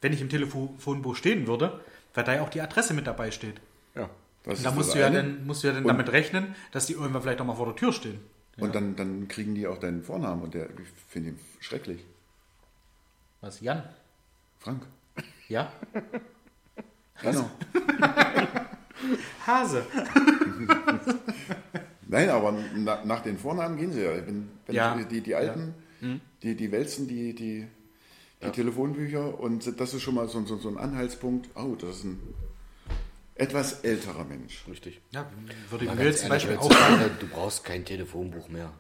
wenn ich im Telefonbuch stehen würde, weil da ja auch die Adresse mit dabei steht. Ja, das Und da ist musst das du, ja eine. dann, musst du ja dann damit rechnen, dass die irgendwann vielleicht auch mal vor der Tür stehen. Und dann, dann kriegen die auch deinen Vornamen und der, ich finde ihn schrecklich. Was, Jan? Frank. Ja? Genau. Hase. Nein, aber na, nach den Vornamen gehen sie ja. Wenn, wenn Ja. Hm. Die, die, die Alten, die, die wälzen die, die, die Telefonbücher und das ist schon mal so, so, so ein Anhaltspunkt. Oh, das ist ein etwas älterer Mensch. Richtig. Ja, würde ich Mal mir ganz jetzt zum Beispiel ehrlich, auch sagen. heutzutage, Du brauchst kein Telefonbuch mehr.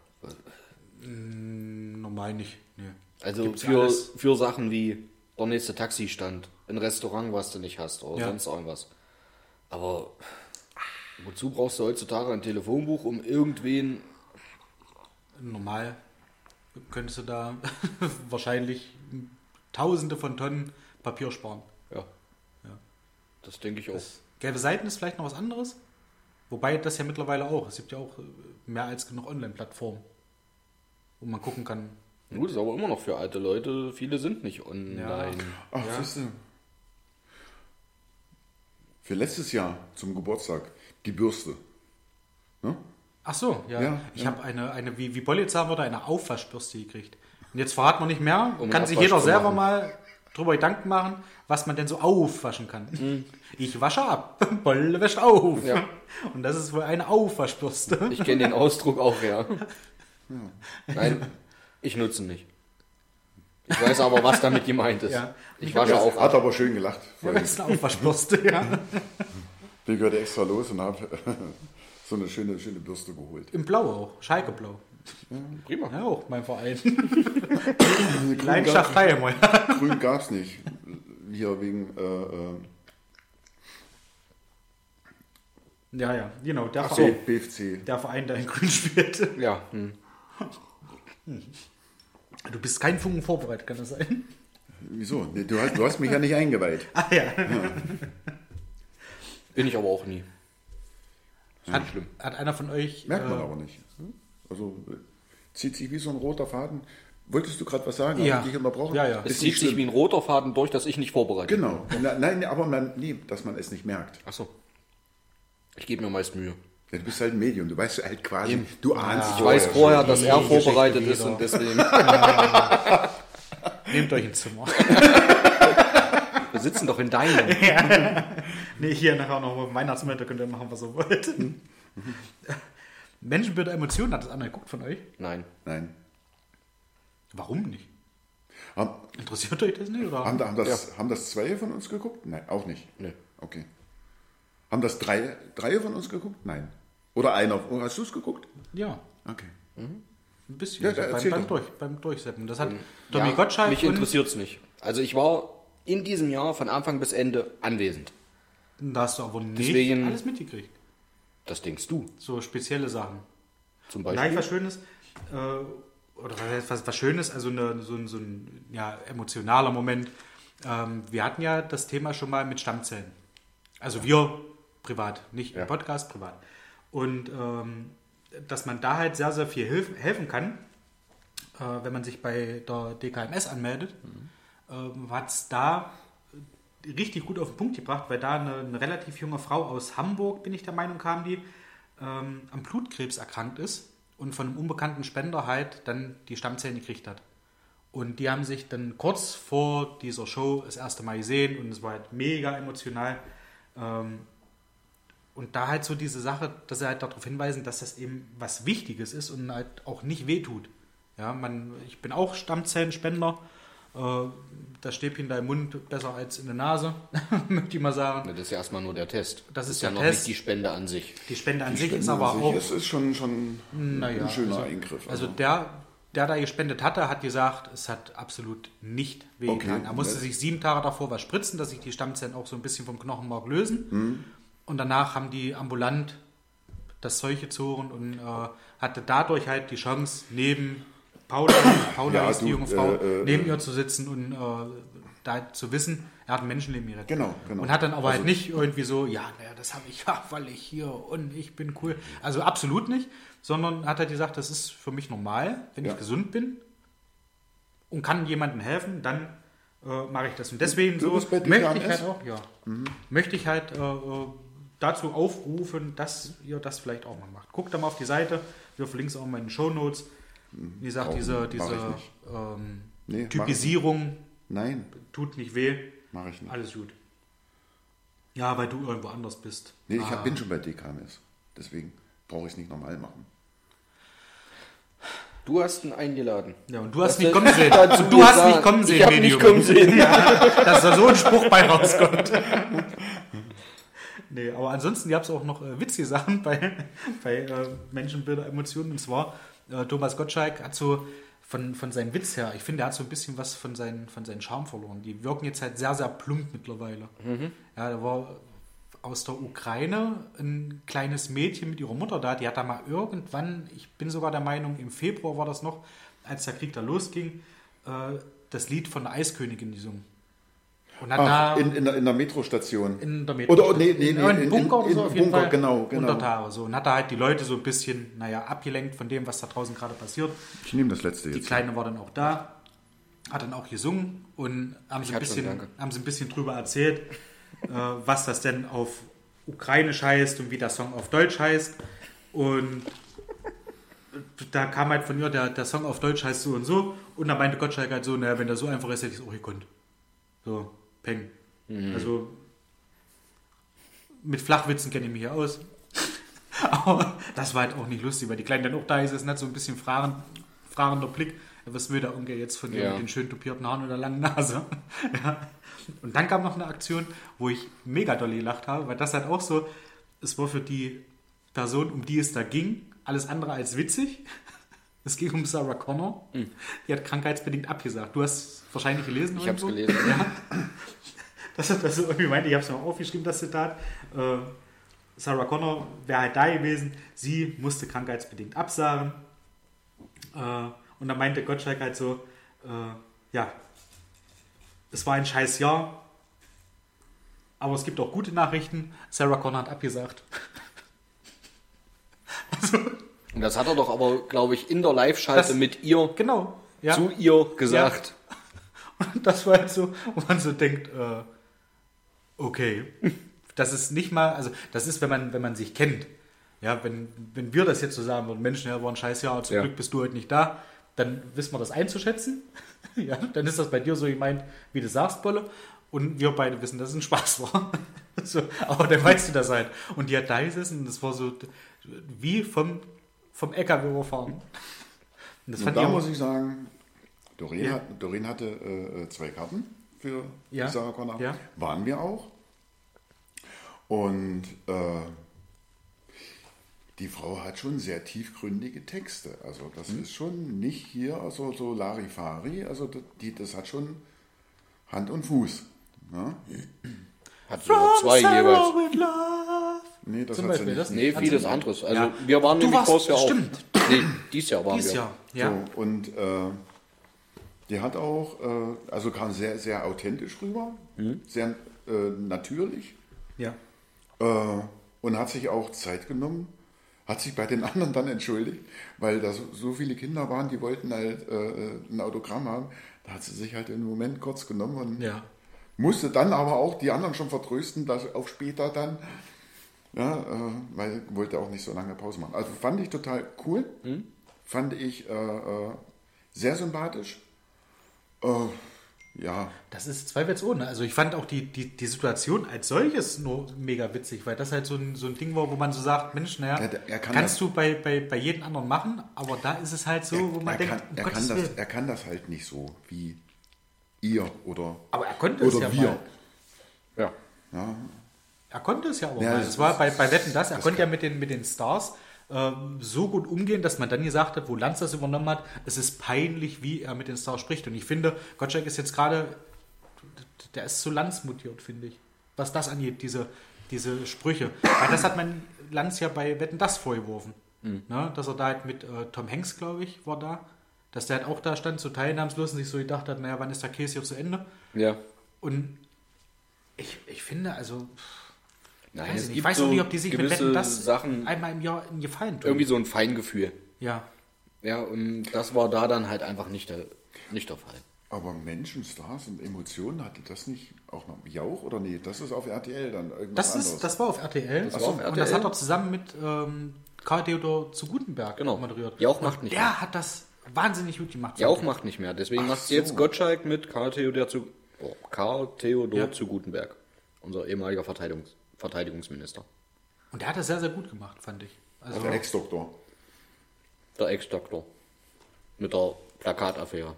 Normal nicht. Nee. Also Gibt's für, alles. für Sachen wie der nächste Taxistand, ein Restaurant, was du nicht hast oder Ja. sonst irgendwas. Aber wozu brauchst du heutzutage ein Telefonbuch, um irgendwen. Normal könntest du da wahrscheinlich tausende von Tonnen Papier sparen. Ja. Das denke ich auch. Gelbe Seiten ist vielleicht noch was anderes. Wobei das ja mittlerweile auch. Es gibt ja auch äh, mehr als genug Online-Plattformen, wo man gucken kann. Gut, ist aber immer noch für alte Leute. Viele sind nicht online. Ach, siehst du. Für letztes Jahr zum Geburtstag die Bürste. Ne? Ach so, ja. Ja, ich ja. habe eine, eine, wie, wie Bolli jetzt sagen würde, eine Aufwaschbürste gekriegt. Und jetzt verraten wir nicht mehr. Um kann sich Abwasch jeder zu selber machen. mal drüber Gedanken machen, was man denn so aufwaschen kann. Ich wasche ab. Bolle wäscht auf. Ja. Und das ist wohl eine Aufwaschbürste. Ich kenne den Ausdruck auch, ja. Nein, ich nutze ihn nicht. Ich weiß aber, was damit gemeint ist. Ja. Ich wasche Ja, auch ab. hat aber schön gelacht. Ja, vorhin. das ist eine Aufwaschbürste, ja. Bin gerade extra los und habe so eine schöne, schöne Bürste geholt. Im Blau auch. Schalke Blau. Prima. Ja, auch mein Verein. Leidenschaft Heimat. Grün gab es nicht. Hier wegen äh, äh, Ja, ja, genau. Der, Ach so, Verein, BFC. der Verein, der in Grün spielt. Ja. Hm. Du bist kein Funken vorbereitet, kann das sein? Wieso? Du hast, du hast mich ja nicht eingeweiht. Ah ja. Bin ich aber auch nie. Hat, hat einer von euch. Merkt man äh, aber nicht. Also äh, zieht sich wie so ein roter Faden. Wolltest du gerade was sagen? Ja. Hab ich dich unterbrochen? Ja, ja. Es Ist zieht nicht sich schlimm. wie ein roter Faden durch, dass ich nicht vorbereitet bin. Genau. Na, nein, aber man, nee, dass man es nicht merkt. Achso. Ich gebe mir meist Mühe. Ja, Du bist halt ein Medium, du weißt halt quasi, du ahnst Ich weiß vorher, dass Oh, die er Geschichte vorbereitet ist wieder. und deswegen äh, Nehmt euch ein Zimmer. wir sitzen doch in deinem. nee, hier nachher noch mal Weihnachtsmittel, da könnt ihr machen, was ihr wollt. Menschenbilder Mhm. Emotionen, hat das einer geguckt von euch? Nein. Nein. Warum nicht? Haben, Interessiert euch das nicht? Oder? haben, da- haben, das, haben das zwei von uns geguckt? Nein, auch nicht. Nee. Okay. Haben das drei, drei von uns geguckt? Nein. Oder einer. Oh, Hast du es geguckt? Ja, Okay. ein bisschen. Also Ja, ja, beim, erzähl beim, doch. Mhm. durch, beim Durchseppen. Das hat Tommy Gottschalk mich und interessiert es nicht. Also ich war in diesem Jahr von Anfang bis Ende anwesend. da hast du aber nicht Deswegen- alles mitgekriegt. Das denkst du So spezielle Sachen. zum Beispiel. Nein, was Schönes. Äh, oder was, heißt was, was Schönes, also eine, so ein, so ein ja, emotionaler Moment. Ähm, wir hatten ja das Thema schon mal mit Stammzellen. Also wir privat, nicht im Podcast, privat. Und ähm, dass man da halt sehr, sehr viel hilf, helfen kann, äh, wenn man sich bei der DKMS anmeldet, ähm, hat es da richtig gut auf den Punkt gebracht, weil da eine, eine relativ junge Frau aus Hamburg, bin ich der Meinung, kam die, ähm, am Blutkrebs erkrankt ist und von einem unbekannten Spender halt dann die Stammzellen gekriegt hat. Und die haben sich dann kurz vor dieser Show das erste Mal gesehen und es war halt mega emotional. Ähm, und da halt so diese Sache, dass sie halt darauf hinweisen, dass das eben was Wichtiges ist und halt auch nicht wehtut. Ja, man, ich bin auch Stammzellenspender. Äh, das Stäbchen da im Mund besser als in der Nase, möchte ich mal sagen. Das ist ja erstmal nur der Test. Das ist ja der noch Test. nicht die Spende an sich. Die Spende an sich ist Spenden aber an sich auch ist, ist schon, schon Naja, ein schöner also- Eingriff. Also der, der da gespendet hatte, hat gesagt, es hat absolut nicht wehgetan. Okay. Er musste sich sieben Tage davor was spritzen, dass sich die Stammzellen auch so ein bisschen vom Knochenmark lösen. Mhm. Und danach haben die ambulant das Zeug gezogen und äh, hatte dadurch halt die Chance, neben Paula, Paula Ja, ist die du, junge Frau, äh, äh, neben ihr zu sitzen und äh, da zu wissen, er hat ein Menschenleben gerettet. Genau, genau. Und hat dann aber halt nicht irgendwie so, ja, naja, das habe ich, ja, weil ich hier und ich bin cool. Also absolut nicht, sondern hat halt gesagt, das ist für mich normal, wenn Ja. ich gesund bin und kann jemandem helfen, dann äh, mache ich das. Und deswegen Du so bist bei möchte dir Mhm. ich am halt Essen? auch, ja, möchte ich halt äh, äh, dazu aufrufen, dass ihr das vielleicht auch mal macht. Guckt da mal auf die Seite, wir verlinken es auch mal in den Shownotes. Wie gesagt, Brauchen- diese, Mhm. mach diese ich nicht. ähm, Nee, mach ich Typisierung Nein, tut nicht weh. mache ich nicht. Alles gut. Ja, weil du irgendwo anders bist. Nee, ich hab, bin schon bei DKMS. Deswegen brauche ich es nicht normal machen. Du hast ihn eingeladen. Ja, und du hast Das mich ist kommen sehen. dazu Du hast gesagt. mich kommen Ich sehen, hab nicht Medium. kommen sehen. Dass da so ein Spruch bei rauskommt. nee, aber ansonsten gab es auch noch äh, witzige Sachen bei, bei äh, Menschenbilder, Emotionen. Und zwar, äh, Thomas Gottschalk hat so von, von seinem Witz her, ich finde, er hat so ein bisschen was von, seinen, von seinem Charme verloren. Die wirken jetzt halt sehr, sehr plump mittlerweile. Ja, da war aus der Ukraine ein kleines Mädchen mit ihrer Mutter da. Die hat da mal irgendwann, ich bin sogar der Meinung, im Februar war das noch, als der Krieg da losging, äh, das Lied von der Eiskönigin gesungen. Und hat da Ach, in, in, der, in der Metrostation. Ah. in der Metro. Oder oh, nee, nee, in nee, einem Bunker oder in, so in auf jeden Bunker, Fall. genau, genau. Untertare so. Und hat da halt die Leute so ein bisschen, naja, abgelenkt von dem, was da draußen gerade passiert. Ich nehme das letzte Die jetzt. Kleine war dann auch da, hat dann auch gesungen und haben sie ein hatte schon, bisschen, danke. haben sie ein bisschen drüber erzählt, äh, was das denn auf Ukrainisch heißt und wie der Song auf Deutsch heißt. Und da kam halt von ihr, der, der Song auf Deutsch heißt so und so. Und da meinte Gottschalk halt so, naja, wenn der so einfach ist, hätte ich es auch gekonnt. So, peng. Mhm. Also mit Flachwitzen kenne ich mich ja aus. Aber das war halt auch nicht lustig, weil die Kleine dann auch da ist, ist nicht so ein bisschen fragend, fragender Blick. Was will der Unge jetzt von dir Ja. mit den schön tupierten Haaren und der langen Nase? ja. Und dann kam noch eine Aktion, wo ich mega doll gelacht habe, weil das halt auch so, es war für die Person, um die es da ging, alles andere als witzig. Es ging um Sarah Connor. Die hat krankheitsbedingt abgesagt. Du hast wahrscheinlich gelesen. Mhm. Ich hab's irgendwo. gelesen. Ja. Das, das irgendwie meinte, ich habe es mal aufgeschrieben, das Zitat. Äh, Sarah Connor wäre halt da gewesen. Sie musste krankheitsbedingt absagen. Äh, und dann meinte Gottschalk halt so, äh, ja, es war ein scheiß Jahr, aber es gibt auch gute Nachrichten. Sarah Connor hat abgesagt. also, Und das hat er doch aber, glaube ich, in der Live-Schalte Das- mit ihr genau. Ja. zu ihr gesagt. Und das war halt so, wo man so denkt, äh, okay, das ist nicht mal, also das ist, wenn man, wenn man sich kennt. Ja, wenn, wenn wir das jetzt so sagen würden, Menschen, ja, war ein scheiß Jahr, zum Ja. Glück bist du heute nicht da, dann wissen wir das einzuschätzen. ja, dann ist das bei dir so gemeint, wie du sagst, Bolle. Und wir beide wissen, dass es ein Spaß war. so, aber dann weißt du das halt. Und die hat da gesessen und das war so wie vom, vom LKW überfahren. Und das Und fand da ich muss auch, ich sagen, Doreen, Ja. hat, Doreen hatte äh, äh, zwei Karten für Ja. die Sarah Connor. Ja. Waren wir auch. Und äh, die Frau hat schon sehr tiefgründige Texte. Also das Hm. ist schon nicht hier so, so Larifari. Also das, die, das hat schon Hand und Fuß. Ne? Hat sogar zwei jeweils. Nee, das Zum hat sie Beispiel, nicht. das- Nee, Hat vieles sie- anderes. Also Ja. wir waren Du nämlich warst- vorher auch. stimmt. Nee, dies Jahr waren Dies wir. Jahr, ja. So, und äh, die hat auch, äh, also kam sehr, sehr authentisch rüber, sehr äh, natürlich Ja. äh, und hat sich auch Zeit genommen, hat sich bei den anderen dann entschuldigt, weil da so, so viele Kinder waren, die wollten halt äh, ein Autogramm haben. Da hat sie sich halt im Moment kurz genommen und Ja. musste dann aber auch die anderen schon vertrösten, dass auf später dann, ja, äh, weil wollte auch nicht so lange Pause machen. Also fand ich total cool, fand ich äh, äh, sehr sympathisch. Äh, ja, Das ist zweifelsohne. Also ich fand auch die, die, die Situation als solches nur mega witzig, weil das halt so ein, so ein Ding war, wo man so sagt, Mensch, naja, Ja, der- er kann kannst das- du bei, bei, bei jedem anderen machen, aber da ist es halt so, wo man er, denkt, kann, um er, kann Gottes das, Willen. er kann das halt nicht so wie ihr oder, aber er konnte es ja oder wir. mal. Ja. Er konnte es ja auch Ja, mal. das Es war ist- bei, bei Wetten, das, er konnte ja mit den, mit den Stars ähm, so gut umgehen, dass man dann gesagt hat, wo Lanz das übernommen hat, es ist peinlich, wie er mit den Stars spricht. Und ich finde, Gottschalk ist jetzt gerade, der ist zu Lanz mutiert, finde ich. Was das angeht, diese, diese Sprüche. Weil das hat man Lanz ja bei Wetten, das vorgeworfen. Ne? Dass er da halt mit äh, Tom Hanks, glaube ich, war da. Dass der halt auch da stand, so teilnahmslos und sich so gedacht hat, naja, wann ist der Käse hier zu Ende? Ja. Und ich, ich finde, also... Nein, Weiß nicht. Also, es Ich gibt weiß so auch nicht, ob die sich mit gewisse Wetten das Sachen einmal im Jahr einen Gefallen tun. irgendwie so ein Feingefühl. Ja. Ja, und das war da dann halt einfach nicht der, nicht der Fall. Aber Menschen, Stars und Emotionen hatte das nicht auch noch Jauch oder nee? Das ist auf RTL dann irgendwas Das, anderes. ist, das war auf RTL. war auf Und das RTL. hat er zusammen mit ähm, Karl Theodor zu Gutenberg Genau. moderiert. Ja, auch macht Und nicht Der mehr. hat das wahnsinnig gut gemacht. Ja, fand auch ich. macht nicht mehr. Deswegen macht so. jetzt Gottschalk mit Karl Theodor zu, oh, Karl Theodor Ja. zu Gutenberg. Unser ehemaliger Verteidigungs, Verteidigungsminister. Und der hat das sehr, sehr gut gemacht, fand ich. Also, der Ex-Doktor. Der Ex-Doktor. Mit der Plakataffäre.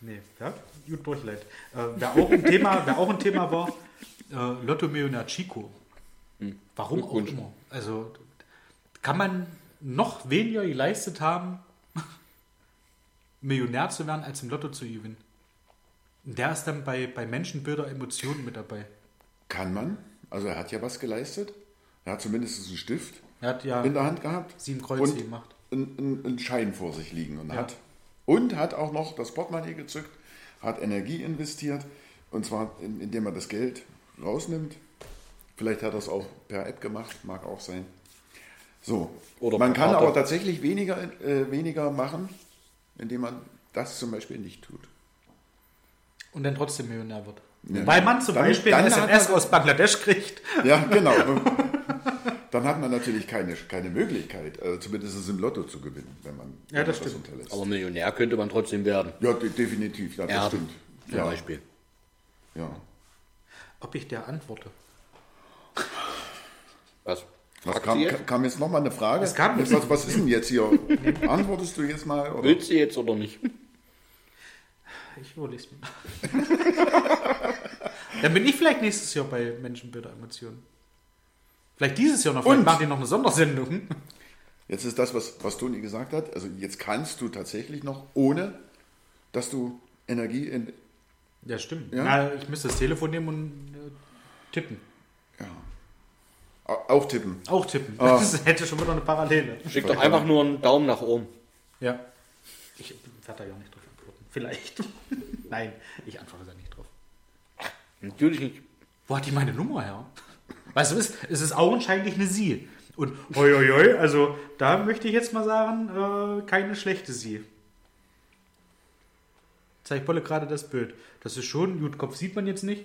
nee, ja, gut durchleid. Äh, wer, auch ein Thema, wer auch ein Thema war, äh, Lotto Millionär Chico. Hm. Warum auch immer. Also, kann man noch weniger geleistet haben, Millionär zu werden, als im Lotto zu gewinnen. Und Der ist dann bei, bei Menschenbilder Emotionen mit dabei. Kann man. Also er hat ja was geleistet. Er hat zumindest einen Stift Er hat ja in der Hand gehabt. sieben Kreuze und gemacht. Einen, einen, einen Schein vor sich liegen und hat. Und hat auch noch das Portemonnaie gezückt, hat Energie investiert. Und zwar in, indem er das Geld rausnimmt. Vielleicht hat er es auch per App gemacht, mag auch sein. So. Oder man per kann Karte. aber tatsächlich weniger, äh, weniger machen, indem man das zum Beispiel nicht tut. und dann trotzdem Millionär wird. Weil man zum Dann- Beispiel dann ein hat SMS man- aus Bangladesch kriegt. Ja, genau. Dann hat man natürlich keine, keine Möglichkeit, äh, zumindest im Lotto zu gewinnen, wenn man Ja, wenn das man stimmt. unterlässt. Aber Millionär könnte man trotzdem werden. Ja, de definitiv, ja, das Erben stimmt. zum ja, Beispiel. Ja. Ob ich der antworte? Was? Was Fragt kam, sie jetzt? kam jetzt nochmal eine Frage? Es kam- was, was ist denn jetzt hier? Antwortest du jetzt mal? Oder? Willst du jetzt oder nicht? Ich überlege es mir. Dann bin ich vielleicht nächstes Jahr bei Menschenbilder Emotionen. Vielleicht dieses Jahr noch. Vielleicht Und- machen die noch eine Sondersendung. Jetzt ist das, was, was Toni gesagt hat. Also jetzt kannst du tatsächlich noch, ohne dass du Energie in. Ja, stimmt. Ja? Na, ich müsste das Telefon nehmen und äh, Tippen. Au- Auch tippen. Auch tippen. Ah. Das hätte schon wieder eine Parallele. Schick doch einfach nur einen Daumen nach oben. Ja. Ich werde da ja auch nicht drauf antworten. Vielleicht. Nein, ich antworte da nicht drauf. Natürlich nicht. Wo hat die meine Nummer her? Weißt du, es es ist augenscheinlich eine Sie. Und hoi, hoi, hoi, also da möchte ich jetzt mal sagen, äh, keine schlechte Sie. Zeig Bolle gerade das Bild. Das ist schon, gut, Kopf sieht man jetzt nicht.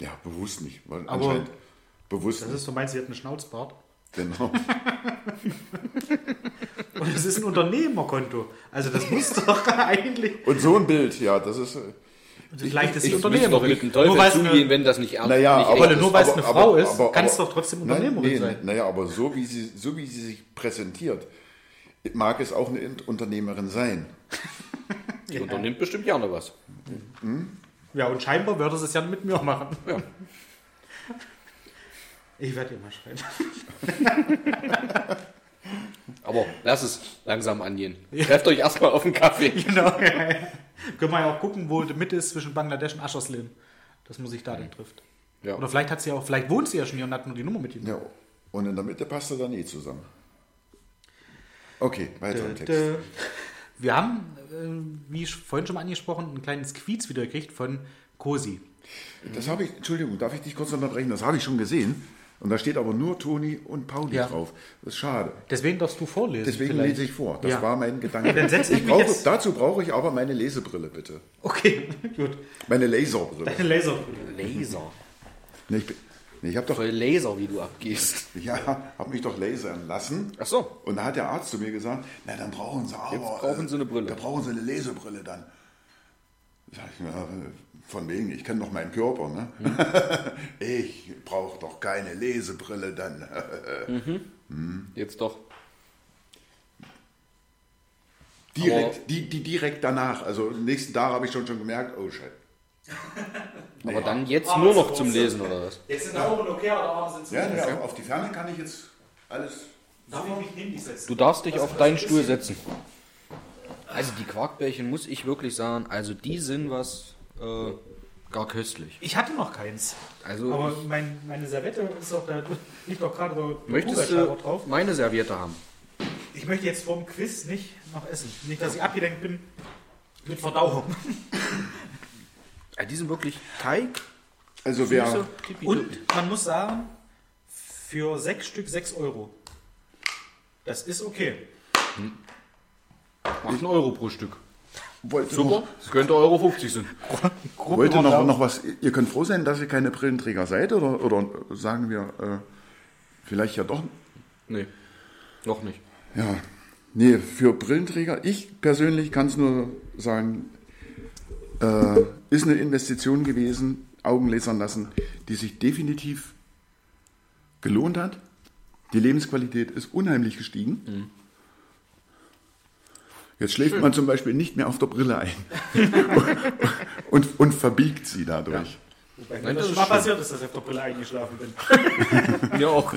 Ja, bewusst nicht. Weil anscheinend bewusst Das nicht. ist so meins, sie hat einen Schnauzbart. Genau. Und es ist ein Unternehmerkonto. Also das muss doch eigentlich Und so ein Bild, ja, das ist. äh, Also Vielleicht ist sie ich- ich- Willst du doch Unternehmerin. mit dem Nur Teufel weil es zugehen, eine, wenn das nicht ernst Naja, nicht aber, Weil nur weil es aber- eine Frau aber- ist, aber- kann es aber- doch trotzdem nein, Unternehmerin nee, sein. Naja, aber so wie, sie, so wie sie sich präsentiert, mag es auch eine Int- Unternehmerin sein. Die unternimmt bestimmt gerne was. Ja, und scheinbar würde sie es ja mit mir machen. Ich werde ihr mal schreiben. Aber lass es langsam angehen. Trefft euch erstmal auf den Kaffee. Genau. Können wir ja auch gucken, wo die Mitte ist zwischen Bangladesch und Aschersleben. Dass man sich da dann trifft. Ja. Oder vielleicht hat sie ja auch, vielleicht wohnt sie ja schon hier und hat nur die Nummer mit ihm. Ja, und in der Mitte passt er dann eh zusammen. Okay, weiter im Text. Dö. Äh, Wir haben, äh, wie sch- vorhin schon mal angesprochen, einen kleinen Squeeze wieder gekriegt von Cosi. Das habe ich, Entschuldigung, darf ich dich kurz unterbrechen? Das habe ich schon gesehen. Und da steht aber nur Toni und Pauli Ja. drauf. Das ist schade. Deswegen darfst du vorlesen. Deswegen vielleicht. lese ich vor. Das Ja. war mein Gedanke. Dann setz ich mich brauche, jetzt- Dazu brauche ich aber meine Lesebrille, bitte. Okay, gut. Meine Laserbrille. Eine Laser. Laser. Nee, ich bin- nee, ich habe doch, Voll Laser, wie du abgehst. ja, hab mich doch lasern lassen. Ach so. Und da hat der Arzt zu mir gesagt, na dann brauchen sie aber... Jetzt brauchen Sie eine Brille. Da brauchen sie eine Lesebrille dann. Sag ich, na, von wegen, ich kenne doch meinen Körper. Ne? ich brauche doch keine Lesebrille dann. Jetzt doch. Aber- direkt, die, die direkt danach, also am nächsten Tag habe ich schon, schon gemerkt, oh shit. Aber dann jetzt nur noch zum Lesen, oder was? Jetzt sind Augen okay, aber Arme sind zu Ja, ja, auf die Ferne kann ich jetzt alles... Darf ich mich neben dich setzen? Du darfst dich auf deinen Stuhl setzen. Also die Quarkbällchen muss ich wirklich sagen, also die sind was äh, gar köstlich. Ich hatte noch keins. Also Aber mein, meine Servette ist doch da, liegt doch gerade so ich, möchtest Kugelschreiber du drauf. meine Serviette haben? Ich möchte jetzt vorm Quiz nicht noch essen. Nicht, dass ich abgelenkt bin mit Verdauung. Ja, Die sind wirklich Teig, Also wer, und Und man muss sagen, für sechs Stück sechs Euro. Das ist okay. 8 Euro pro Stück. wollte Super, es könnte Euro 50 sein. Wollt ihr noch, noch was? Ihr könnt froh sein, dass ihr keine Brillenträger seid oder, oder sagen wir, äh, vielleicht ja doch. Nee, noch nicht. Ja, nee, für Brillenträger, ich persönlich kann es nur sagen, äh, ist eine Investition gewesen, Augen lasern lassen, die sich definitiv gelohnt hat. Die Lebensqualität ist unheimlich gestiegen. Jetzt schläft man zum Beispiel nicht mehr auf der Brille ein und, und verbiegt sie dadurch. Wobei mir Nein, das, schon das ist mal schön. passiert ist, dass ich auf der Brille eingeschlafen bin. Mir auch.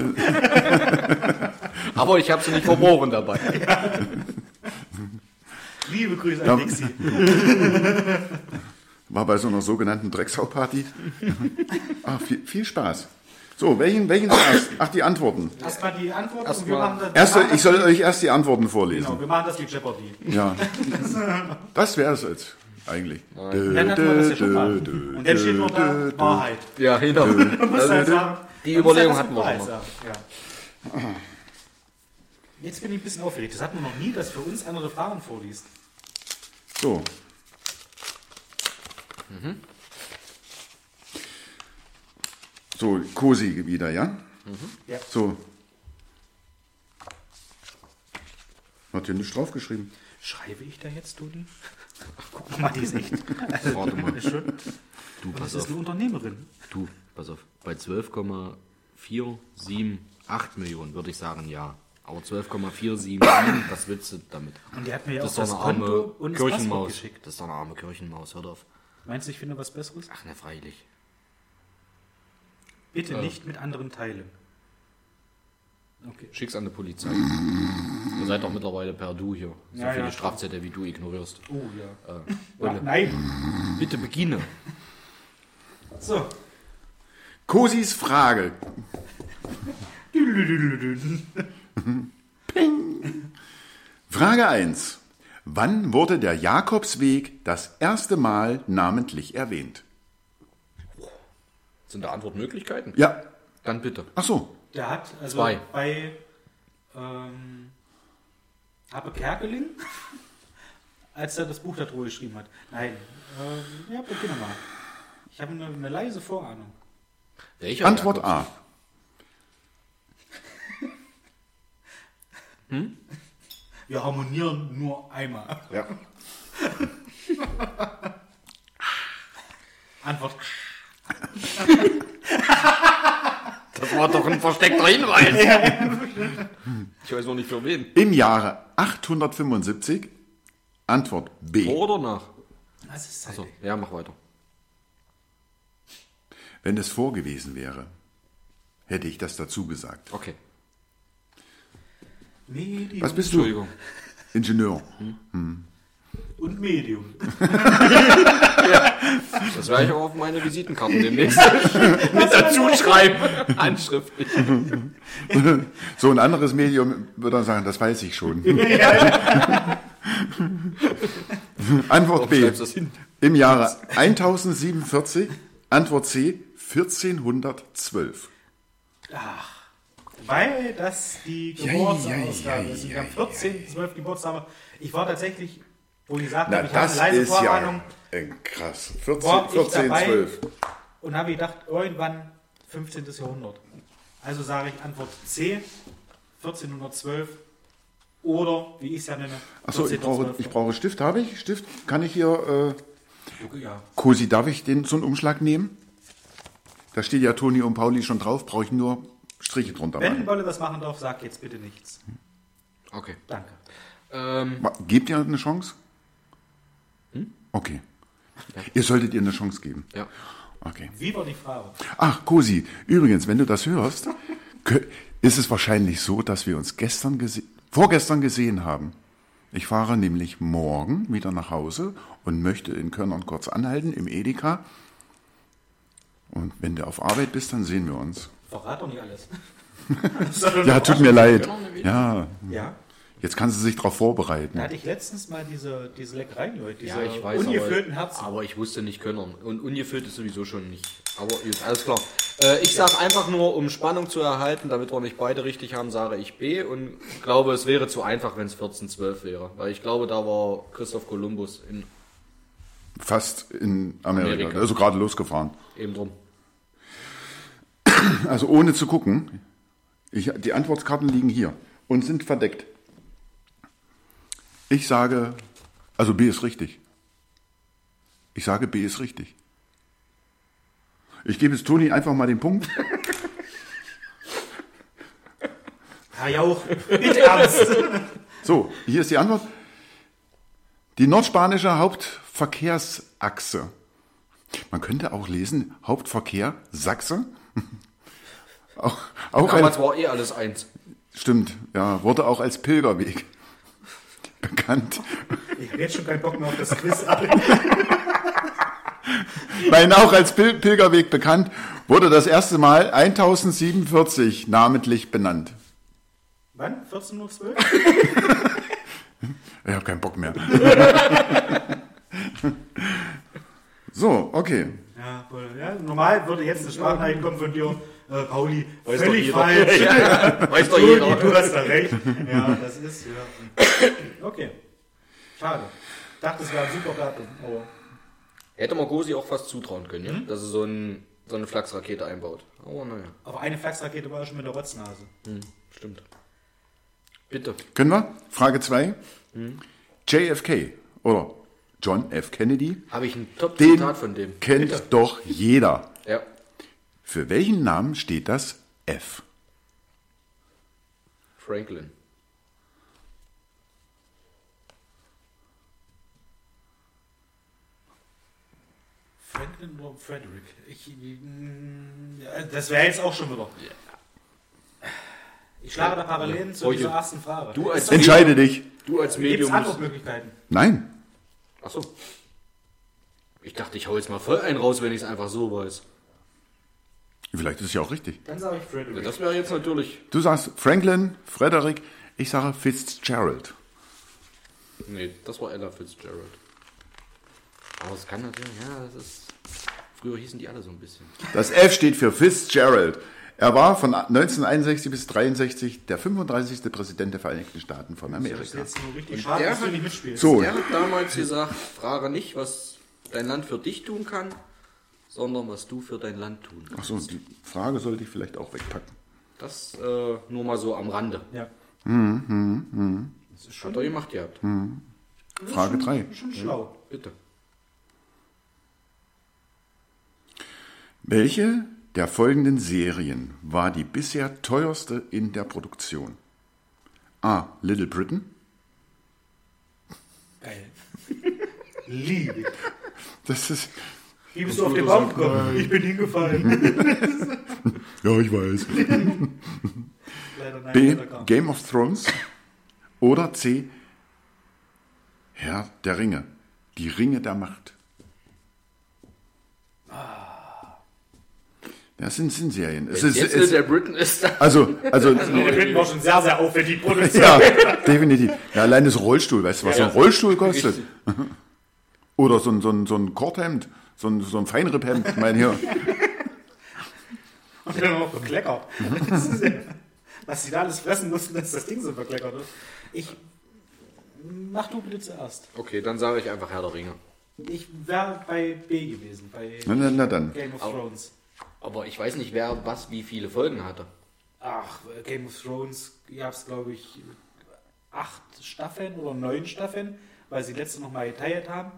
Aber ich habe sie nicht verbogen dabei. Liebe Grüße Ja. an Dixie. War bei so einer sogenannten Drecksau-Party. ah, viel, viel Spaß. So, welchen, welchen zuerst? Ach, die Antworten. Erstmal die Antwort und wir Erstmal- Äh, machen das. Erst, wir machen ich soll das- euch erst die Antworten Genau, vorlesen. wir machen das wie Jeopardy. Ja. Das wäre es jetzt eigentlich. Dö, Dann hatten wir das ja dö, schon mal. dö, Und dann steht nur da Ah. Wahrheit. Ja, genau. Man muss halt sagen, die man muss Überlegung das hatten mit wir auch Wahrheit noch. sagen, Ja. Jetzt bin ich ein bisschen aufgeregt. Das hatten wir noch nie, dass für uns andere Fragen vorliest. So. Mhm. So, Kosi wieder, ja? Mhm. Ja. So. Hat hier nichts draufgeschrieben. Schreibe ich da jetzt, Dudi? Guck mal, die ist echt. Warte mal, Ist schon- du, Das pass ist auf. eine Unternehmerin. Du, pass auf. Bei 12,478 Millionen würde ich sagen, ja. Aber 12,477, was willst du damit? Und die hat mir ja Das ist auch doch das eine arme Konto und das Passwort Kirchenmaus. geschickt. Das ist doch eine arme Kirchenmaus, hör auf. Meinst du, ich finde was Besseres? Ach, na freilich. Bitte Äh. nicht mit anderen teilen. Okay. Schick's an die Polizei. Ihr seid doch mittlerweile per Du hier. So Ja, viele ja. Strafzettel, wie du ignorierst. Oh ja. Äh, Ach, Olle, nein. bitte beginne. So. Kosis Frage. Frage 1. Wann wurde der Jakobsweg das erste Mal namentlich erwähnt? Sind da Antwortmöglichkeiten? Ja. Dann bitte. Ach so. Der hat also Zwei. bei ähm, Habe Kerkeling, als er das Buch darüber geschrieben hat. Nein, äh, ja, beginnen wir mal. Ich habe eine, eine leise Vorahnung. Welcher? Antwort Jakob? A. Wir harmonieren nur einmal. Ja. Antwort. Das war doch ein versteckter Hinweis. ich weiß noch nicht für wen. Im Jahre 875. Antwort B. Vor oder nach? Was ist halt das? Achso, ja, mach weiter. Wenn es vor gewesen wäre, hätte ich das dazu gesagt. Okay. Medium Was bist du? Entschuldigung. Ingenieur. und Medium. Das werde ich auch auf meine Visitenkarten demnächst mit dazu schreiben. Handschriftlich. So ein anderes Medium würde er sagen, das weiß ich schon. Antwort Warum B. schreibst du das hin? Im Jahre 1047. Antwort C. 1412. Weil das die ja, Geburtsausgabe ja, ist. Ich ja, habe 14, 12 Geburtstage. Ich war tatsächlich, wo ich gesagt Na, habe, ich habe eine das leise ist Vorahnung ja äh, krass. 14, War ich 14 dabei? 12. und habe gedacht, irgendwann 15. Jahrhundert. Also sage ich Antwort C, 1412 oder wie ich es ja nenne. Achso, ich brauche, 1412. ich brauche Stift. Habe ich? Stift? Kann ich hier. Äh, Ja. Kosi, darf ich den so einen Umschlag nehmen? Da steht ja Toni und Pauli schon drauf. Brauche ich nur Striche drunter Wenn machen. Bolle das machen darf, sag jetzt bitte nichts. Okay. Danke. Ähm, Wa- Gebt ihr eine Chance? Okay. Ihr solltet ihr eine Chance geben. ja. Okay. Wie war die Frage? Ach, Kosi, übrigens, wenn du das hörst, kö- ist es wahrscheinlich so, dass wir uns gestern gese vorgestern gesehen haben. Ich fahre nämlich morgen wieder nach Hause und möchte in Körnern kurz anhalten im Edeka. Und wenn du auf Arbeit bist, dann sehen wir uns. Verrat doch nicht alles. Ja, tut mir leid. Körnern im Edeka? Ja, Ja. jetzt kannst du sich darauf vorbereiten. Da hatte ich letztens mal diese, diese Leckereien, Leute, diese Ja, ich weiß, ungefüllten aber, Herzen. aber ich wusste nicht Könnern. Und ungefüllt ist sowieso schon nicht. Aber gut, alles klar. Äh, ich sage einfach nur, um Spannung zu erhalten, damit wir nicht beide richtig haben, sage ich B und glaube, es wäre zu einfach, wenn es 1412 wäre. Weil ich glaube, da war Christoph Kolumbus in, Fast in Amerika. Amerika. Also gerade losgefahren. eben drum. Also ohne zu gucken. Ich, die Antwortkarten liegen hier und sind verdeckt. Ich sage, also B ist richtig. Ich sage, B ist richtig. Ich gebe jetzt Toni einfach mal den Punkt. Herr Jauch, mit Ernst. So, hier ist die Antwort. Die nordspanische Hauptverkehrsachse. Man könnte auch lesen, Hauptverkehr Sachse. Auch, auch eine- Damals war eh alles eins. Stimmt, ja, wurde auch als Pilgerweg bekannt. Ich habe jetzt schon keinen Bock mehr auf das Quiz. Nein, auch als Pil Pilgerweg bekannt, wurde das erste Mal 1047 namentlich benannt. Wann? 14.12 Uhr? Ich habe keinen Bock mehr. so, okay. Ja, voll. ja, normal würde jetzt eine Sprachnachricht kommen von dir, äh, Pauli, Weiß doch völlig jeder. falsch. Weiß doch Toni, jeder. du hast da recht. Ja, das ist, ja. Okay. Schade. Dachte, es wäre ein super Datum. aber- Hätte man Gosi auch fast zutrauen können, Mhm. ja? dass er so, ein, so eine Flachsrakete einbaut. Aber naja, Auf eine Faxrakete war er schon mit der Rotznase. stimmt. Bitte. Können wir? Frage 2. JFK oder John F. Kennedy, Habe ich ein Top-Zitat den von dem? kennt doch jeder. Ja. Für welchen Namen steht das F? Franklin. Franklin oder Frederick? Ich, mm, ja, das wäre jetzt auch schon wieder. Ich schlage da Parallelen zu Ruhig. dieser ersten Frage. Du als Entscheide dich. Du als Gibt es Medium musst. Antwortmöglichkeiten? Nein, Achso. Ich dachte, ich hau jetzt mal voll einen raus, wenn ich es einfach so weiß. Vielleicht ist es ja auch richtig. Dann sage ich Ja, Frederick. das wäre jetzt natürlich. Du sagst Franklin, Frederick, ich sage Fitzgerald. Nee, das war Ella Fitzgerald. Aber es kann natürlich, ja, das ist. Früher hießen die alle so ein bisschen. Das F steht für Fitzgerald. Er war von 1961 bis 1963 der 35. Präsident der Vereinigten Staaten von Amerika. jetzt nur richtig schade, dass du nicht mitspielst. So, Er hat damals gesagt, frage nicht, was dein Land für dich tun kann, sondern was du für dein Land tun kannst. achso, die Frage sollte ich vielleicht auch wegpacken. Das äh, nur mal so am Rande. Ja. Hm, Hat er gemacht gehabt. Frage 3. Schon schlau. Bitte. Welche der folgenden Serien war die bisher teuerste in der Produktion? A. Little Britain. Geil. Liebe. ich. Das ist. Wie bist du auf den Baum gekommen? Ich bin Mhm. hingefallen. Ja, ich weiß. Leider nein, B. leider kaum. Game of Thrones. Oder C. Herr der Ringe. Die Ringe der Macht. Das sind, sind Serien. Es ist, Jetzt es, der Britain ist da. also, also, Der Film war schon sehr, sehr aufwendig produziert. ja, definitiv. Ja, allein das Rollstuhl, weißt du, was so ein Rollstuhl kostet? Oder so ein, so ein, so ein Korthemd, so ein, so ein Feinripphemd, ich meine hier. Und dann noch verkleckert. Mhm. Das ist ja, was sie da alles fressen mussten, dass das Ding so verkleckert ist. Ich. Mach du bitte zuerst. Okay, dann sage ich einfach Herr der Ringe. Ich wäre bei B gewesen, bei Na, na, na dann. Game of Thrones. Aber ich weiß nicht, wer was wie viele Folgen hatte. Ach, äh, Game of Thrones gab es, glaube ich, acht Staffeln oder neun Staffeln, weil sie letzte nochmal geteilt haben.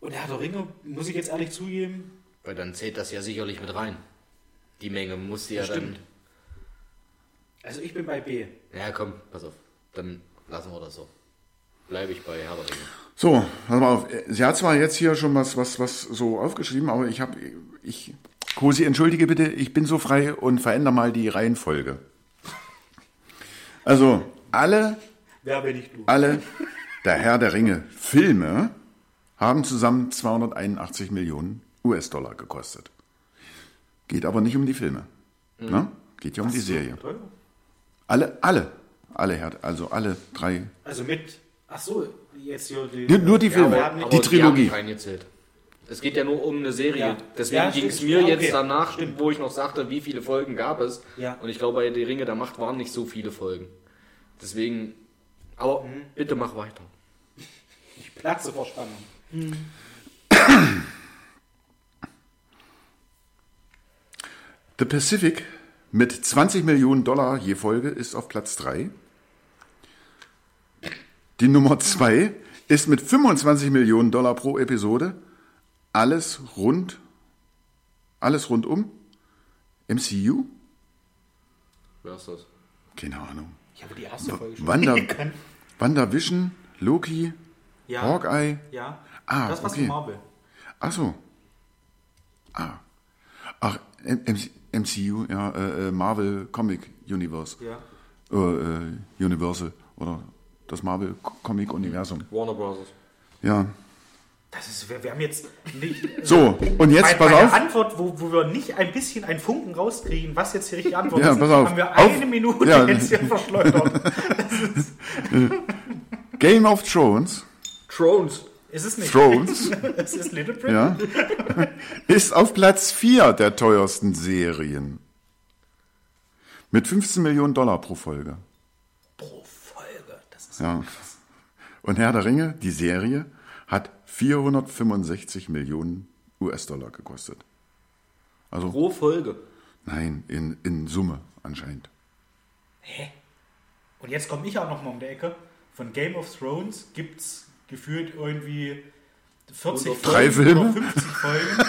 Und Herr der Ringe, muss ich jetzt ehrlich zugeben, Weil dann zählt das ja sicherlich mit rein. Die Menge musste ja Bestimmt. also ich bin bei B. dann. Ja, komm, pass auf. Dann lassen wir das so. Bleibe ich bei Herr der Ringe. So, pass mal auf. Sie hat zwar jetzt hier schon was, was, was so aufgeschrieben, aber ich habe, ich, Kosi, entschuldige bitte, ich bin so frei und verändere mal die Reihenfolge. Also, alle, Wer bin ich du? alle, der Herr der Ringe Filme haben zusammen 281 Millionen US-Dollar gekostet. Geht aber nicht um die Filme. Ne? Geht ja um die Serie. Teuer? Alle, alle, alle, Herr, also alle drei. Also mit. Ach so, jetzt hier die, Nur- Nur die Filme, aber- aber die Trilogie. Die haben reingezählt. Es geht ja nur um eine Serie. Ja. Deswegen Ja, ging es stimmt. mir Ja, okay. jetzt danach, wo ich noch sagte, wie viele Folgen gab es. Ja. Und ich glaube, bei Die Ringe der Macht waren nicht so viele Folgen. Deswegen. Aber Mhm. bitte mach weiter. Ich platze vor Spannung. The Pacific mit 20 Millionen Dollar je Folge ist auf Platz 3. Die Nummer 2 ist mit 25 Millionen Dollar pro Episode alles rund, alles rundum MCU? Wer ist das? Keine Ahnung. Ich habe die erste Folge schon. Wanda, WandaVision, Loki, Ja. Hawkeye. Ja. Ah, das war's okay. von Marvel. Ach so. Ah. Ach, M M MCU, ja, äh, äh, Marvel Comic Universe. Ja. äh, äh, Universal oder das Marvel Comic Universum. Warner Bros. Ja. Das ist, wir, wir haben jetzt nicht. So, und jetzt, Bei, pass bei der auf. Antwort, wo, wo wir nicht ein bisschen einen Funken rauskriegen, was jetzt die richtige Antwort Ja, ist, pass auf. haben wir Auf. eine Minute Ja. jetzt hier verschleudert. Game of Thrones, Thrones. Ist es nicht? Thrones, Es ist Little Britain. ja, ist auf Platz 4 der teuersten Serien. Mit 15 Millionen Dollar pro Folge. Pro Folge. Das ist Ja. Und Herr der Ringe, die Serie, hat 465 Millionen US-Dollar gekostet. Also, Pro Folge. nein, in, in Summe anscheinend. Und jetzt komme ich auch noch mal um die Ecke. Von Game of Thrones gibt es gefühlt irgendwie 40 Folgen Drei Filme? oder 50 Folgen.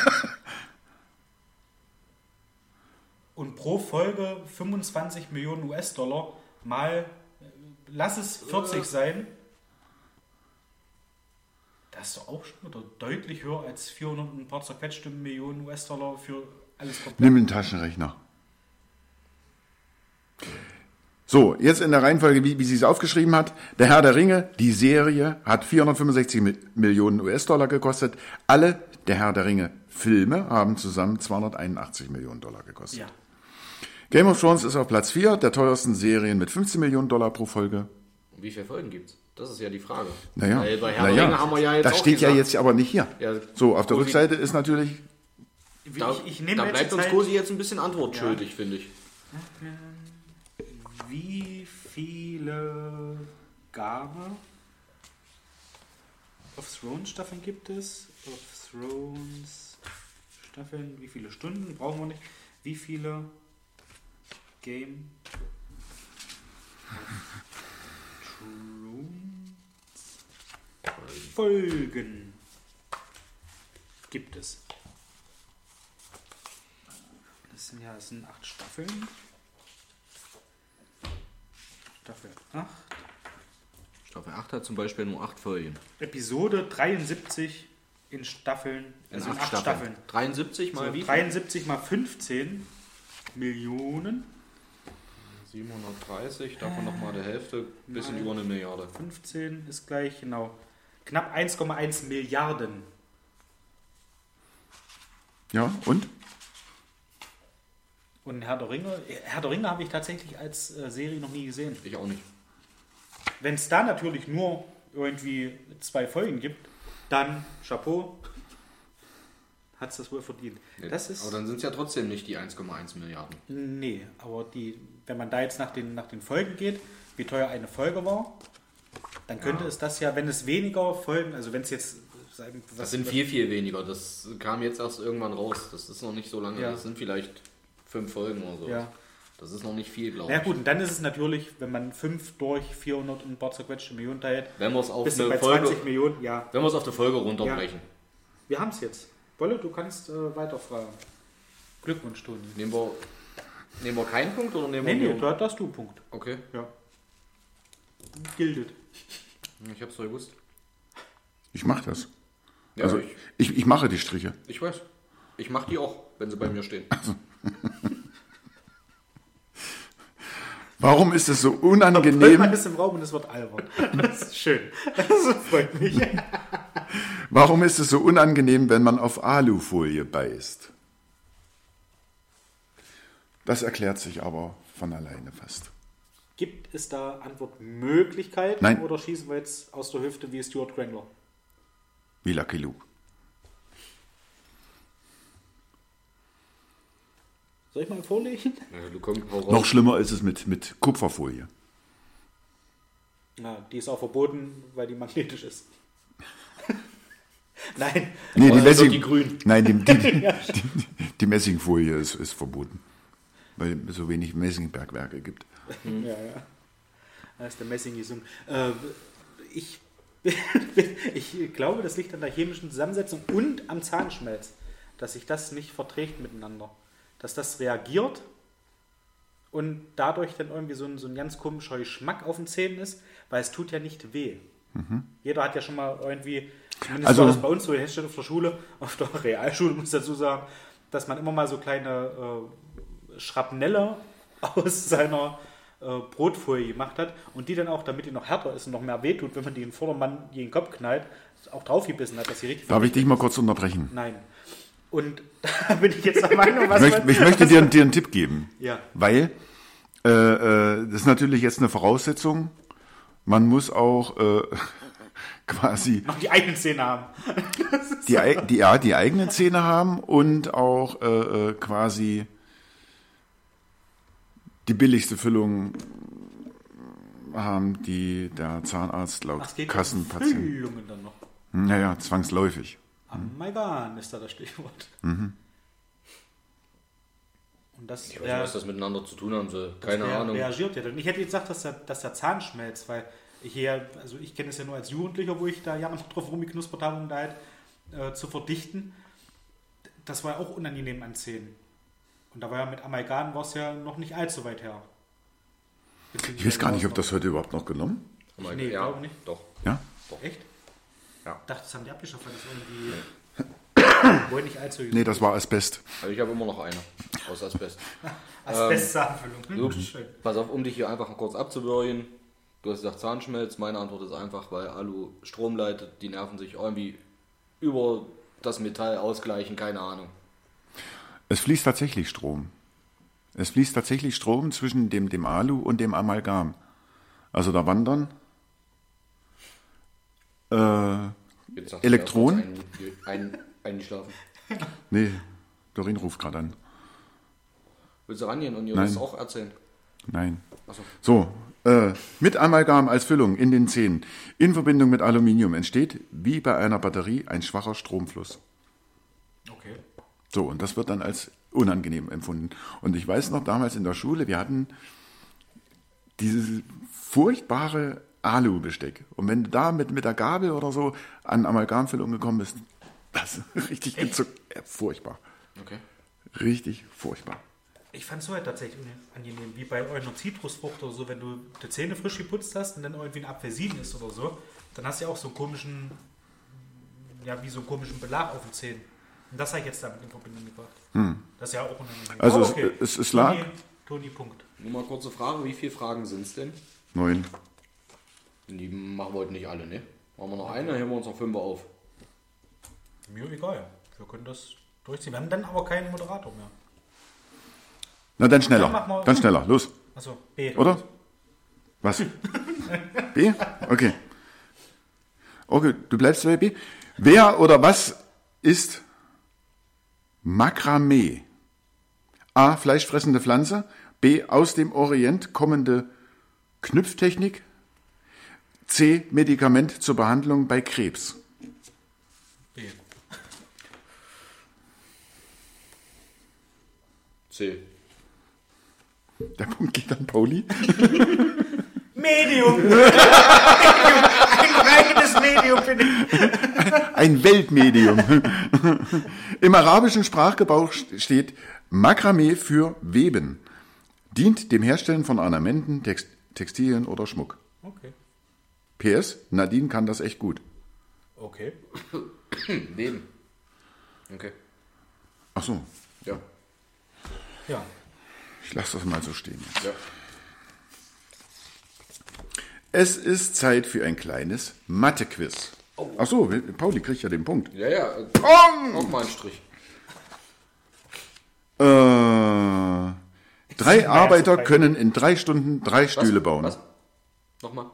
Und pro Folge 25 Millionen US-Dollar mal, äh, lass es 40 sein. Das ist doch auch schon wieder deutlich höher als 400 und ein paar zerquetschte Millionen US-Dollar für alles komplett. Nimm den Taschenrechner. So, jetzt in der Reihenfolge, wie, wie sie es aufgeschrieben hat. Der Herr der Ringe, die Serie, hat 465 Mi- Millionen US-Dollar gekostet. Alle der Herr der Ringe Filme haben zusammen 281 Millionen Dollar gekostet. Ja. Game of Thrones ist auf Platz 4 der teuersten Serien mit 15 Millionen Dollar pro Folge. Wie viele Folgen gibt's? Das ist ja die Frage. Naja, Weil bei Herr der naja. Ringe haben wir ja jetzt das auch steht ja gesagt, jetzt aber nicht hier. Ja. so, auf der Cosi- Rückseite ist natürlich, Da, ich, ich nehme da jetzt bleibt uns Zeit, Cosi jetzt ein bisschen Antwort schuldig, finde ich. wie viele Gabe of Thrones Staffeln gibt es? Of Thrones Staffeln, wie viele Stunden brauchen wir nicht? Wie viele Game of Thrones Folgen gibt es? Das sind ja das sind acht Staffeln. Staffel 8. Staffel 8 hat zum Beispiel nur 8 Folgen. Episode 73 in Staffeln. Also in acht 8 Staffeln. 73 mal Also wie? viel? 73 mal 15 Millionen. 730, davon nochmal der Hälfte, bisschen über eine Milliarde. 15 ist gleich, genau. Knapp 1,1 Milliarden. ja, und? Und Herr der Ringe, Herr der Ringe habe ich tatsächlich als äh, Serie noch nie gesehen. Ich auch nicht. Wenn es da natürlich nur irgendwie zwei Folgen gibt, dann Chapeau. Hat es das wohl verdient. Das ist. Aber dann sind es ja trotzdem nicht die 1,1 Milliarden. Nee, aber die, wenn man da jetzt nach den, nach den Folgen geht, wie teuer eine Folge war, dann könnte es das ja, wenn es weniger Folgen, also wenn es jetzt. sagen, Das was- sind viel, viel weniger. Das kam jetzt erst irgendwann raus. Das ist noch nicht so lange. Ja. Das sind vielleicht fünf Folgen oder so. Ja. Das ist noch nicht viel, glaube Na ich. gut, und dann ist es natürlich, wenn man 5 durch 400 und ein paar zerquetschte Millionen teilt, Wenn wir es auf bist du eine bei Folge, 20 Millionen. Ja, wenn wir es auf die Folge runterbrechen, wir haben es jetzt. Wolle, du kannst äh, weiterfragen. Glückwunsch, Toni. nehmen wir nehmen wir keinen Punkt oder nehmen Nee, wir nee, Millionen? da da hast du einen Punkt. Okay, Ja. Gildet. ich hab's doch gewusst. Ich mache das. Ja, also ich, ich, ich mache die Striche. ich weiß. Ich mach die auch, wenn sie bei mir stehen. Also- Warum ist es so Irgendwann unangenehm? ist im Raum und es wird albern. Das ist schön. Das freut mich. Warum ist es so unangenehm, wenn man auf Alufolie beißt? Das erklärt sich aber von alleine fast. Gibt es da Antwortmöglichkeiten Nein. oder schießen wir jetzt aus der Hüfte wie Stuart Crandler? Wie Lucky Luke. Soll ich mal vorlegen? Ja, du komm, hau raus. Noch schlimmer ist es mit, mit Kupferfolie. Na, die ist auch verboten, weil die magnetisch ist. Nein, Nee, die dann wird Messing, die grün. Nein, die, die, die, die Messingfolie ist, ist verboten. Weil es so wenig Messingbergwerke gibt. ja, ja. Da ist der Messing gesungen. Äh, ich, ich glaube, das liegt an der chemischen Zusammensetzung und am Zahnschmelz, dass sich das nicht verträgt miteinander. Dass das reagiert und dadurch dann irgendwie so ein, so ein ganz komischer Geschmack auf den Zähnen ist, weil es tut ja nicht weh. Jeder hat ja schon mal irgendwie, zumindest Also- war das bei uns so, die Herstellung auf der Schule, auf der Realschule muss ich dazu sagen, dass man immer mal so kleine äh, Schrapnelle aus seiner äh, Brotfolie gemacht hat und die dann auch, damit die noch härter ist und noch mehr wehtut, wenn man die den Vordermann gegen den Kopf knallt, auch draufgebissen hat, dass sie richtig... Darf ich dich mal kurz unterbrechen? Nein. Und da bin ich jetzt der Meinung, was Ich möchte, man... ich möchte dir, dir einen Tipp geben. Ja. Weil äh, äh, das ist natürlich jetzt eine Voraussetzung. Man muss auch äh, quasi Noch die eigenen Zähne haben. die, ei- die, ja, die eigenen Zähne haben und auch äh, äh, quasi die billigste Füllung haben, die der Zahnarzt laut Ach, es geht um Kassenpatient. Füllungen dann noch. Naja, zwangsläufig. Mhm. Amalgam ist da das Stichwort. Und das, Ich weiß rea- nicht, was das miteinander zu tun haben soll. das Keine rea- Ahnung. reagiert ja. dann. Ich hätte jetzt gesagt, dass der, dass der Zahn schmelzt, weil ich hier, also ich kenne es ja nur als Jugendlicher, wo ich da jahrelang drauf rumgeknuspert habe, um da halt äh, zu verdichten. Das war ja auch unangenehm an Zähnen. Und da war ja mit Amalgam war es ja noch nicht allzu weit her. Ich weiß gar nicht, ob das heute überhaupt noch genommen. Aber Nee, ja, glaub nicht. Doch. Ja? Echt? Ja. Ich dachte, das haben die abgeschafft, weil das irgendwie... Wollen nicht allzu... Nee, das war Asbest. Also ich habe immer noch eine. Aus Asbest. Asbestzahnfüllung. Hm, Ähm, Ups. schön. Pass auf, um dich hier einfach kurz abzuwürgen. Du hast gesagt Zahnschmelz. Meine Antwort ist einfach, weil Alu Strom leitet. Die Nerven sich irgendwie über das Metall ausgleichen, keine Ahnung. Es fließt tatsächlich Strom. Es fließt tatsächlich Strom zwischen dem, dem Alu und dem Amalgam. Also da wandern äh, Jetzt sagt Elektronen? er, dass jetzt Ein, ein, eingeschlafen. Nee, Dorin ruft gerade an. Willst du rangehen und ihr Nein. das auch erzählen? Nein. So, äh, mit Amalgam als Füllung in den Zähnen in Verbindung mit Aluminium entsteht, wie bei einer Batterie, ein schwacher Stromfluss. Okay. So, und das wird dann als unangenehm empfunden. Und ich weiß noch damals in der Schule, wir hatten dieses furchtbare Alu-Besteck. Und wenn du da mit, mit der Gabel oder so an Amalgamfüllung gekommen bist, das ist richtig gezuckt. Äh, Furchtbar. Okay. Richtig furchtbar. Ich fand es so halt tatsächlich unangenehm, wie bei einer Zitrusfrucht oder so, wenn du die Zähne frisch geputzt hast und dann irgendwie ein Apfelsin ist oder so, dann hast du ja auch so einen komischen, ja, wie so einen komischen Belag auf den Zähnen. Und das habe ich jetzt damit in Verbindung gebracht. Das ist ja auch unangenehm. Hm. Also Aber es- es- es lag- Toni, Toni, Punkt. Nur mal kurze Frage, wie viele Fragen sind es denn? Neun. Die machen wir heute nicht alle, ne? Machen wir noch eine, dann hören wir uns noch fünf auf. Mir egal. Wir können das durchziehen. Wir haben dann aber keinen Moderator mehr. Na dann Dann machen schneller. wir- Dann schneller. Los. Also B. Oder? Was? B? Okay. Okay, du bleibst bei B. Wer oder was ist Makramee? A. Fleischfressende Pflanze. B. Aus dem Orient kommende Knüpftechnik. C. Medikament zur Behandlung bei Krebs. B. C. Der Punkt geht an Pauli. Medium. Medium. Ein reines Medium finde ich. Ein Weltmedium. Im arabischen Sprachgebrauch steht Makramee für Weben. Dient dem Herstellen von Ornamenten, Text Textilien oder Schmuck. Okay. PS, Nadine kann das echt gut. Okay. Weben. Okay. Ach so, Ja. Ja. ich lasse das mal so stehen. jetzt. Ja. Es ist Zeit für ein kleines Mathe-Quiz. Oh. Ach so, Pauli kriegt ja den Punkt. Ja, ja. äh, Auch mal einen Strich. Äh, drei Arbeiter können in drei Stunden drei Was? Stühle bauen. Was? Nochmal.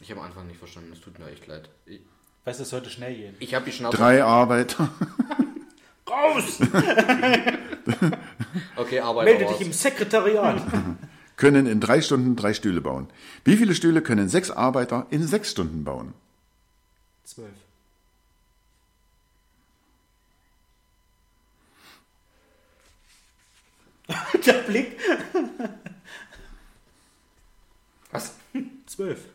Ich habe am Anfang nicht verstanden, es tut mir echt leid. Ich, Weißt du, es sollte schnell gehen. ich habe die Schnauze. Drei Arbeiter. Raus! Okay, Arbeit Melde raus. dich im Sekretariat. können in drei Stunden drei Stühle bauen. Wie viele Stühle können sechs Arbeiter in sechs Stunden bauen? Zwölf. Der Blick. Was? Zwölf.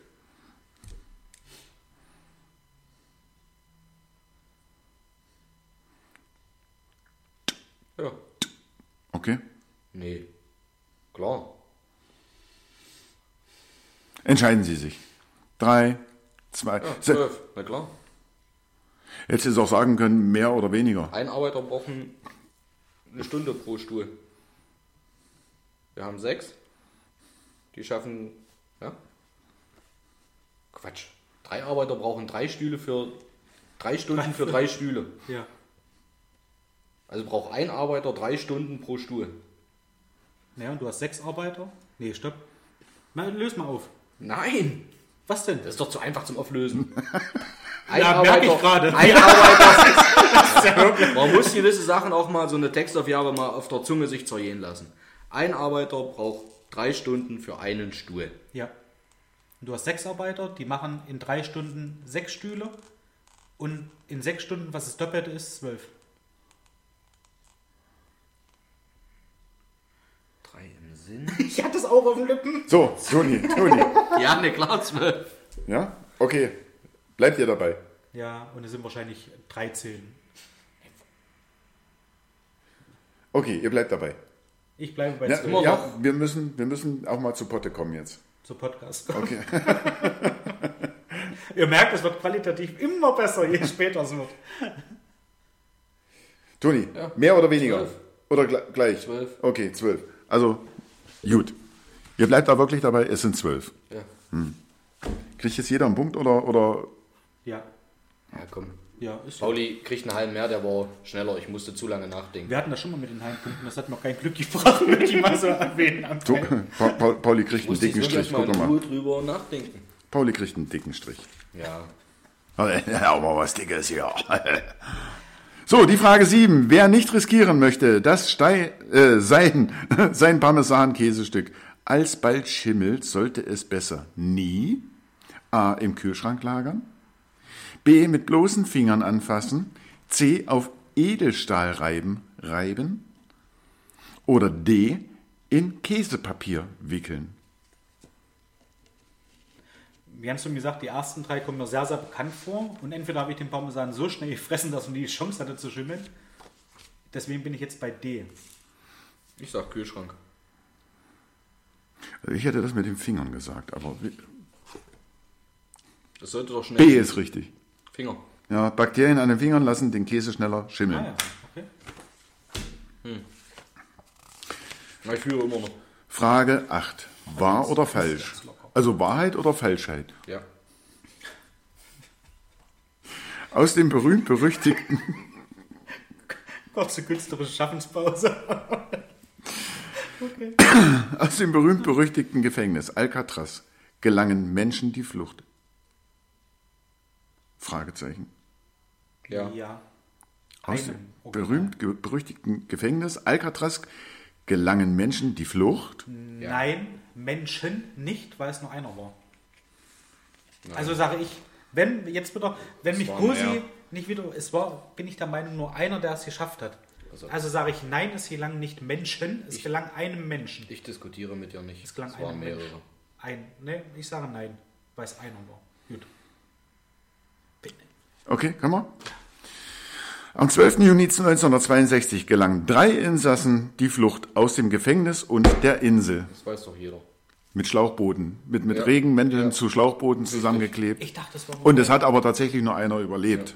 Ja. Okay. Nee. Klar. Entscheiden Sie sich. Drei, zwei. Se- Zwölf. Na klar. Hättest du es auch sagen können, mehr oder weniger. Ein Arbeiter brauchen eine Stunde pro Stuhl. Wir haben sechs. Die schaffen. Ja? Quatsch. Drei Arbeiter brauchen drei Stühle für. Drei Stunden für drei Stühle. Ja. Also braucht ein Arbeiter drei Stunden pro Stuhl. Naja, und du hast sechs Arbeiter? Nee, stopp. Na, löse mal auf. Nein! Was denn? Das ist doch zu einfach zum Auflösen. Ein Ja, merk ich gerade. Ein Arbeiter. Man muss gewisse Sachen auch mal, so eine Textaufgabe mal auf der Zunge sich zergehen lassen. Ein Arbeiter braucht drei Stunden für einen Stuhl. Ja. Und du hast sechs Arbeiter, die machen in drei Stunden sechs Stühle und in sechs Stunden, was das Doppelte ist, zwölf. Drei im Sinn? Ich hatte es auch auf den Lippen. So, Toni, Toni. Ja, ne, klar, zwölf. Ja? Okay. Bleibt ihr dabei. Ja, und es sind wahrscheinlich 13. Okay, ihr bleibt dabei. Ich bleibe bei Ja, zwölf. ja wir, müssen, wir müssen auch mal zu Potte kommen jetzt. Zur Podcast. Okay. Ihr merkt, es wird qualitativ immer besser, je später es wird. Toni, Ja. mehr oder weniger? Zwölf. Oder gl gleich? Zwölf. Okay, zwölf. Also, gut. Ihr bleibt da wirklich dabei, es sind zwölf. Ja. Kriegt jetzt jeder einen Punkt oder, oder Ja. ja, komm. Ja, ist so. Pauli kriegt einen halben mehr, der war schneller. Ich musste zu lange nachdenken. Wir hatten das schon mal mit den Heimpunkten, das hat noch kein Glück gebracht, würde ich mal so erwähnen. am So, Teil. Pa Pa- Pauli kriegt einen Musste ich dicken wirklich Strich. mal Guck in mal. Ruhe drüber nachdenken. Pauli kriegt einen dicken Strich. Ja. Ja, aber was Dickes hier. So, die Frage 7. Wer nicht riskieren möchte, dass Stei äh, sein, sein Parmesan-Käsestück alsbald schimmelt, sollte es besser nie A. im Kühlschrank lagern, B. mit bloßen Fingern anfassen, C. auf Edelstahl reiben, reiben oder D. in Käsepapier wickeln. Wir haben es schon gesagt, die ersten drei kommen mir sehr, sehr bekannt vor. Und entweder habe ich den Parmesan so schnell gefressen, dass man die Chance hatte zu schimmeln. Deswegen bin ich jetzt bei D. Ich sag Kühlschrank. Ich hätte das mit den Fingern gesagt, aber Das sollte doch schnell. B ist richtig. Finger. Ja, Bakterien an den Fingern lassen den Käse schneller schimmeln. Ah ja, okay. Na, ich führe immer noch. Frage 8. Wahr oder falsch? Also Wahrheit oder Falschheit? Ja. Aus dem berühmt-berüchtigten Kurze künstlerische Schaffenspause. aus dem berühmt-berüchtigten Gefängnis Alcatraz gelangen Menschen die Flucht. Fragezeichen. Ja. Ja. Aus Einem dem Original. berühmt-berüchtigten Gefängnis Alcatraz gelangen Menschen die Flucht. Nein, Menschen nicht, weil es nur einer war. Also sage ich, wenn jetzt wieder, wenn mich war Gosi mehr. nicht wieder, es war, bin ich der Meinung, nur einer, der es geschafft hat. Also, Also- sage ich, nein, es gelang nicht Menschen, es gelang einem Menschen. Ich diskutiere mit dir nicht. es gelang Es einem waren mehrere. Menschen. Ein, ne, ich sage nein, weil es einer war. Gut. Bin- Okay, kann man? Am 12. Juni 1962 gelangen drei Insassen die Flucht aus dem Gefängnis und der Insel. Das weiß doch jeder. Mit Schlauchbooten, mit, mit Ja. Regenmänteln zu Schlauchbooten zusammengeklebt. Ich dachte, es war Und es hat aber tatsächlich nur einer überlebt.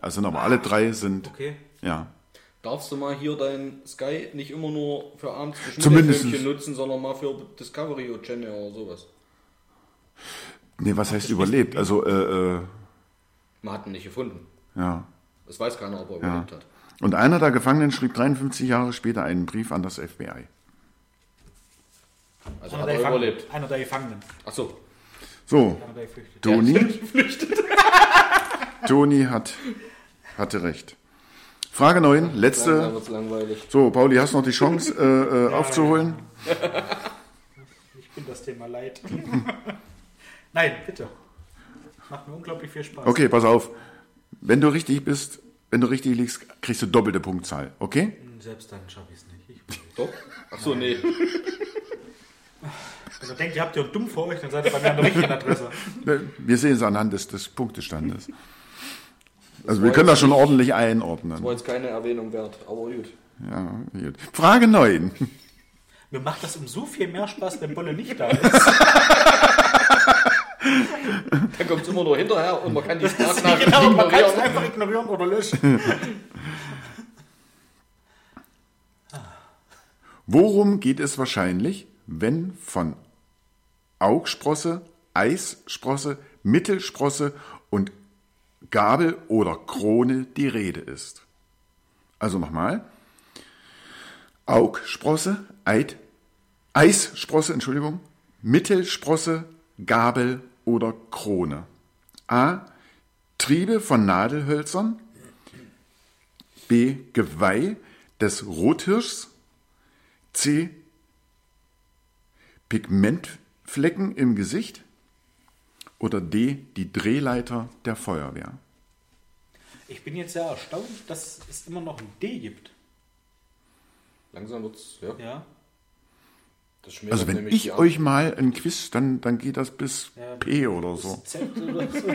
Also nochmal, alle drei sind, Ah, okay. ja. Darfst du mal hier dein Sky nicht immer nur für abends Zumindest. Filmchen nutzen, sondern mal für Discovery Channel oder sowas? Nee, was heißt überlebt? Also, äh, äh, Man hat ihn nicht gefunden. ja. Das weiß keiner, ob er überlebt hat. Und einer der Gefangenen schrieb 53 Jahre später einen Brief an das FBI. Also Einer hat der, er Gefangenen, überlebt. einer der Gefangenen, Achso. So, einer der Geflüchteten. Toni, Toni hat, hatte recht. Frage 9, Dann letzte. wird's langweilig. So, Pauli, hast noch die Chance äh, äh, aufzuholen? Ich bin das Thema leid. nein, bitte. Macht mir unglaublich viel Spaß. Okay, pass auf. Wenn du richtig bist, wenn du richtig liegst, kriegst du doppelte Punktzahl, okay? Selbst dann schaffe ich es nicht. Ich Doch? Achso, nee. Wenn ihr denkt, ihr habt ja dumm vor euch, dann seid ihr bei mir an der richtigen Adresse. Wir sehen es anhand des, des Punktestandes. Also wir können das schon ordentlich einordnen. War jetzt keine Erwähnung wert, aber gut. Ja, gut. Frage 9. Mir macht das um so viel mehr Spaß, wenn Bolle nicht da ist. Da kommt immer nur hinterher und man kann die Sprachnachricht genau, man kann es ignorieren. einfach ignorieren oder löschen. Worum geht es wahrscheinlich, wenn von Augsprosse, Eissprosse, Mittelsprosse und Gabel oder Krone die Rede ist? Also nochmal. Augsprosse, Eid, Eissprosse, Entschuldigung, Mittelsprosse, Gabel oder Krone. A. Triebe von Nadelhölzern. B. Geweih des Rothirschs. C. Pigmentflecken im Gesicht. Oder D. Die Drehleiter der Feuerwehr. Ich bin jetzt sehr erstaunt, dass es immer noch ein D gibt. Langsam wird's, ja. Ja. Das schmilzt Also wenn ich euch mal ein Quiz, dann, dann geht das bis P oder so. Z oder so.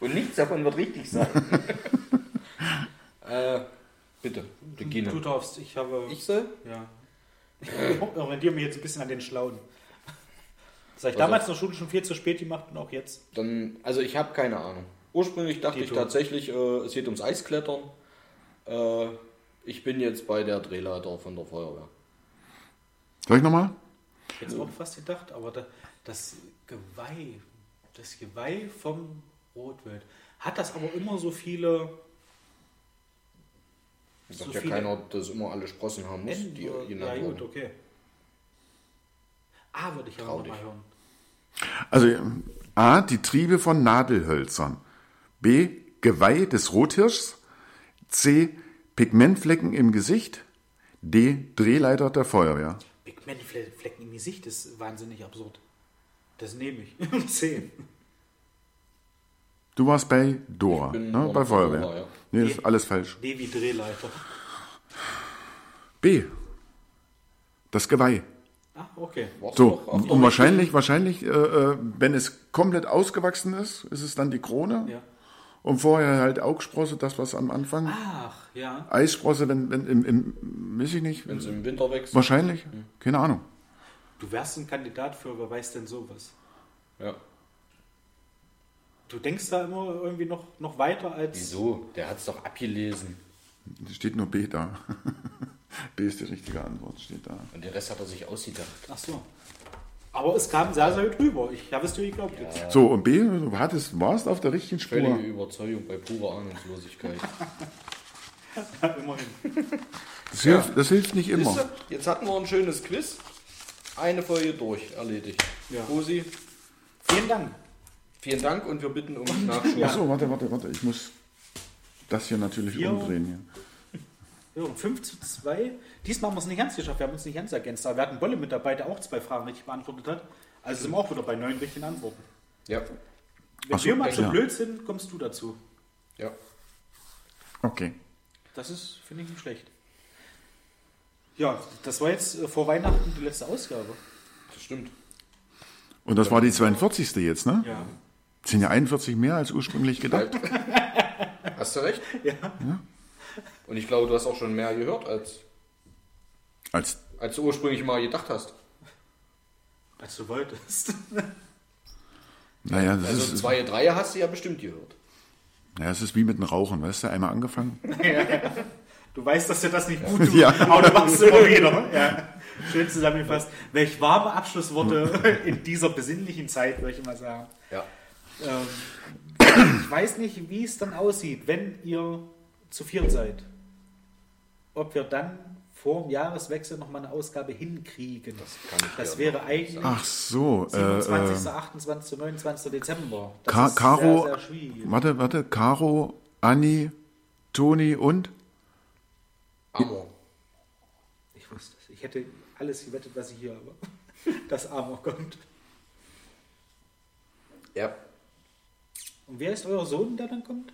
Und nichts davon wird richtig sein. äh, bitte, Regina. Du darfst, ich habe. Ich soll? ja. Ich orientiere mich jetzt ein bisschen an den Schlauen. Das Also- habe ich damals in der Schule schon viel zu spät gemacht und auch jetzt. Dann, also ich habe keine Ahnung. Ursprünglich dachte Die ich Tour. tatsächlich, äh, es geht ums Eisklettern. Äh, ich bin jetzt bei der Drehleiter von der Feuerwehr. Soll ich nochmal? jetzt auch fast gedacht, aber da, das Geweih, das Geweih vom Rotwild. hat das aber immer so viele. so Sagt ja viele keiner, dass immer alle Sprossen haben muss, Enden, die oder- je nach Ja, gut, Norm. okay. Ah, würde ich ja Trau auch noch mal dich. hören. Also ähm, A, die Triebe von Nadelhölzern. B, Geweih des Rothirschs. C, Pigmentflecken im Gesicht. D, Drehleiter der Feuerwehr. Pigmentflecken im Gesicht ist wahnsinnig absurd. Das nehme ich. Um Zehn. Du warst bei Dora, bin ne? Dora, bei Feuerwehr. Dora, ja. Nee, das ist alles falsch. D wie Drehleiter. B, das Geweih. Ah, okay. War's So, Mhm. doch, und aber- und wahrscheinlich, wahrscheinlich, äh, äh, wenn es komplett ausgewachsen ist, ist es dann die Krone. Ja. Und vorher halt Augsprosse, das was am Anfang. Ah. Ach, ja. Eissprosse, wenn, wenn im, im, weiß ich nicht. Wenn's im Winter wächst. Wahrscheinlich, keine Ahnung. Du wärst ein Kandidat für, wer weiß denn sowas? Ja. Du denkst da immer irgendwie noch, noch weiter als. Wieso? Der hat's doch abgelesen. Es Steht nur B da. B ist die richtige Antwort, steht da. Und den Rest hat er sich ausgedacht. Ach so. Aber es kam sehr, sehr gut rüber. Ich habe es dir geglaubt jetzt. So, und B, du hattest, warst auf der richtigen Völlige Spur. Überzeugung bei purer Ahnungslosigkeit. Immerhin. Das hilft, das hilft nicht immer. Siehste, Jetzt hatten wir ein schönes Quiz. Eine Folge durch, erledigt. Ja. Rosi, Vielen Dank. vielen Dank und wir bitten um Nachschub. Achso, warte, warte, warte. Ich muss das hier natürlich Vier. umdrehen. Hier. Ja, um 5 zu 2. Diesmal haben wir es nicht ganz geschafft. Wir haben uns nicht ganz ergänzt. Aber wir hatten Bolle mit dabei, der auch zwei Fragen richtig beantwortet hat. Also sind wir auch wieder bei neun richtigen Antworten. Ja, Wenn Ach so, wir mal ja, zu klar. blöd sind, kommst du dazu. ja. Okay. Das ist, finde ich, nicht schlecht. Ja, das war jetzt äh, vor Weihnachten die letzte Ausgabe. Das stimmt. Und das war die 42. jetzt, ne? Ja. Sind ja 41 mehr als ursprünglich gedacht. Halt. Hast du recht? Ja. Und ich glaube, du hast auch schon mehr gehört, als, Als als du ursprünglich mal gedacht hast. Als du wolltest. Naja, das Also ist, zwei, drei hast du ja bestimmt gehört. naja, das ist wie mit dem Rauchen, weißt du? Einmal angefangen. Du weißt, dass dir das nicht gut tut, Ja. aber du machst es immer wieder. ne? Ja. Schön zusammengefasst. Welch warme Abschlussworte in dieser besinnlichen Zeit, würde ich mal sagen. Ja. Ähm, ich weiß nicht, wie es dann aussieht, wenn ihr zu viert seid. Ob wir dann vor dem Jahreswechsel nochmal eine Ausgabe hinkriegen. Das, kann ich ja wäre noch eigentlich Ach so. Äh, 27., Ah, äh, 28., 29. Dezember. Das Ka ist Caro. sehr, sehr schwierig. warte, warte. Caro, Anni, Toni und? Amor. Ich wusste es. Ich hätte alles gewettet, was ich hier habe. Das Amor kommt. Ja. Und wer ist euer Sohn, der dann kommt?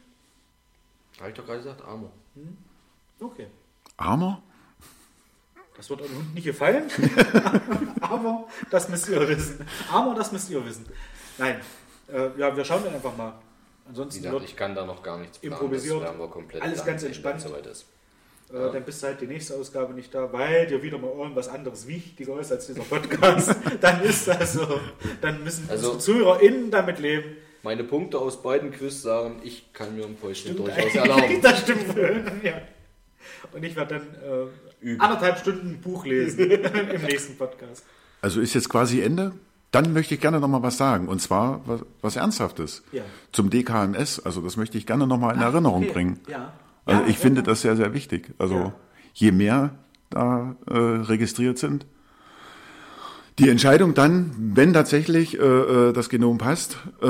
Habe ich doch gerade gesagt, Amor. Okay. Armer? Das wird eurem Hund nicht gefallen. Aber das müsst ihr wissen. Aber das müsst ihr wissen. Nein. Äh, ja, wir schauen dann einfach mal. Wie Ansonsten gesagt, wird, ich kann da noch gar nichts planen. Improvisiert. Das werden wir komplett Alles planen, ganz wenn entspannt. es Soweit ist. äh, dann bist du halt die nächste Ausgabe nicht da, weil dir wieder mal irgendwas anderes wichtiger ist als dieser Podcast. dann ist das so. Dann müssen Also- unsere ZuhörerInnen damit leben. Meine Punkte aus beiden Quiz sagen, ich kann mir ein Päuschen durchaus eigentlich. erlauben. Das stimmt. ja. Und ich werde dann äh, Üben. anderthalb Stunden ein Buch lesen im nächsten Podcast. Also ist jetzt quasi Ende. Dann möchte ich gerne noch mal was sagen. Und zwar was, was Ernsthaftes. Ja. Ah, Zum DKMS. Also das möchte ich gerne noch mal in Erinnerung Okay. bringen. Ja. Also ja, genau. ich finde das sehr, sehr wichtig. Also Ja. je mehr da äh, registriert sind, die Entscheidung dann, wenn tatsächlich äh, äh, das Genom passt, äh,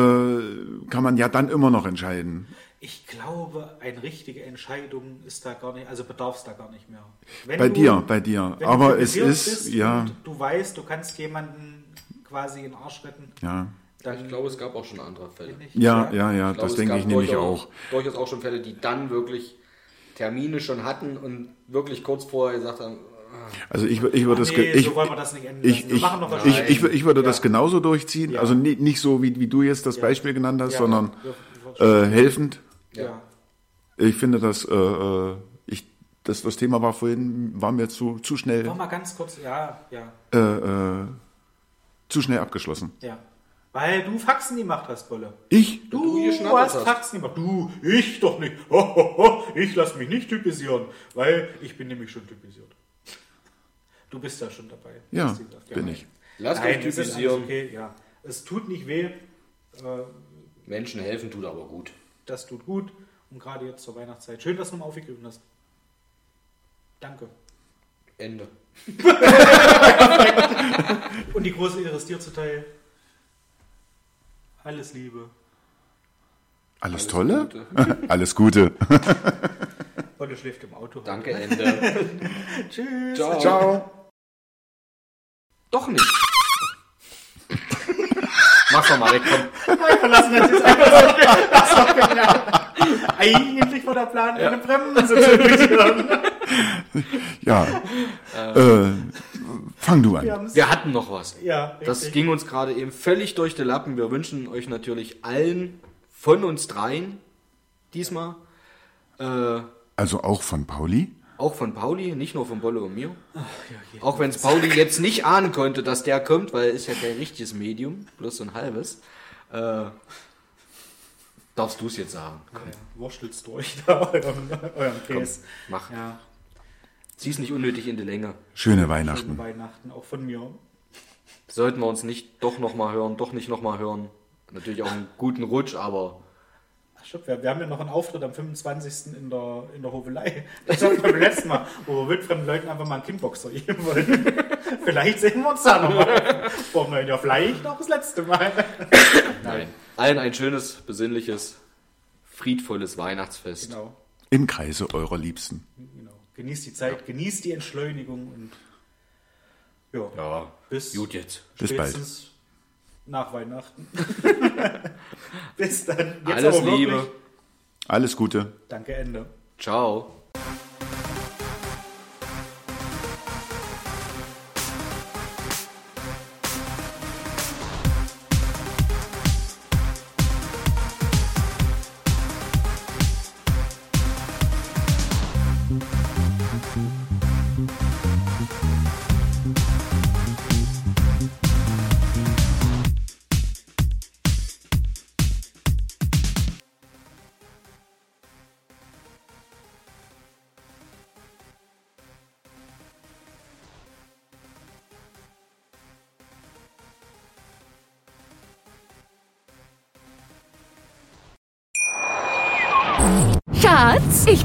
kann man ja dann immer noch entscheiden. Ich glaube, eine richtige Entscheidung ist da gar nicht, also bedarf es da gar nicht mehr. Wenn Bei du- dir, bei dir. wenn du Aber es privilegiert ist, bist ja, und Du weißt, du kannst jemanden quasi in den Arsch retten. ja, Dann Ich glaube, es gab auch schon andere Fälle. Ich ja, ja, ja, glaube, das es denke gab ich nämlich durchaus- auch. Durchaus auch schon Fälle, die dann wirklich Termine schon hatten und wirklich kurz vorher gesagt haben, ah, Also ich, wür- ich würde das, nee, ge- ich, so wollen wir das nicht enden ich, lassen. Wir ich, machen noch was ich, rein. ich, wür- ich würde das genauso durchziehen. Ja. Also nicht, nicht so, wie, wie du jetzt das Beispiel genannt hast, Ja, sondern wir- wir- äh, helfend. ja. Ich finde, dass äh, äh, ich, das, das Thema war vorhin, war mir zu, zu schnell, Noch mal ganz kurz, ja, ja, äh, äh, zu schnell abgeschlossen. ja. Weil du Faxen gemacht hast, Bolle. Ich? Du, geschnattert hast hast. Faxen gemacht. Du, ich doch nicht. Ho, ho, ho. Ich lasse mich nicht typisieren, weil ich bin nämlich schon typisiert. Du bist ja schon dabei. Ja, Hast du gesagt, bin ich. lasst euch Nein, es ist alles typisieren. okay, ja. Es tut nicht weh. Äh, Menschen helfen tut aber gut. Das tut gut. Und gerade jetzt zur Weihnachtszeit. Schön, dass du mal aufgegriffen hast. Danke. Ende. Und die große Ehre ist dir zuteil. Alles Liebe. Alles, Tolle? Alles Gute. Heute schläft im Auto. Danke, Ende. Tschüss. Ciao. Ciao. Doch nicht. Mach's doch mal weg, komm. Wir lassen das jetzt einfach so. Das war genial. Eigentlich war der Plan, eine Bremse zu durchführen. Ja. Äh, fang du an. Wir hatten noch was. Ja, Das ging uns gerade eben völlig durch die Lappen. Wir wünschen euch natürlich allen von uns dreien diesmal, äh, Also auch von Pauli. auch von Pauli, nicht nur von Bolle und mir. Auch wenn es Pauli jetzt nicht ahnen konnte, dass der kommt, weil er ist ja kein richtiges Medium, bloß so ein halbes. Äh, darfst du es jetzt sagen? Komm, Wurstelt's durch da, euren, euren PS. mach. Ja, Zieh's nicht unnötig in die Länge. Schöne schöne Weihnachten. Weihnachten, auch von mir. Sollten wir uns nicht doch nochmal hören, doch nicht nochmal hören. Natürlich auch einen guten Rutsch, aber Ach, stopp, wir, wir haben ja noch einen Auftritt am 25. in der, in der Hovelei. Das hatten wir beim letzten Mal, wo wir wildfremden Leuten einfach mal einen Kimboxer geben wollen. Vielleicht sehen wir uns da nochmal. Vor dem neuen Jahr, vielleicht auch das letzte Mal. nein. Allen ein schönes, besinnliches, friedvolles Weihnachtsfest. Genau, Im Kreise eurer Liebsten. genau. Genießt die Zeit, genießt die Entschleunigung und ja, Ja, bis gut jetzt. Bis bald. spätestens nach Weihnachten. bis dann. Jetzt Alles aber wirklich. Liebe. Alles Gute. Danke, Ende. Ciao. Schatz, ich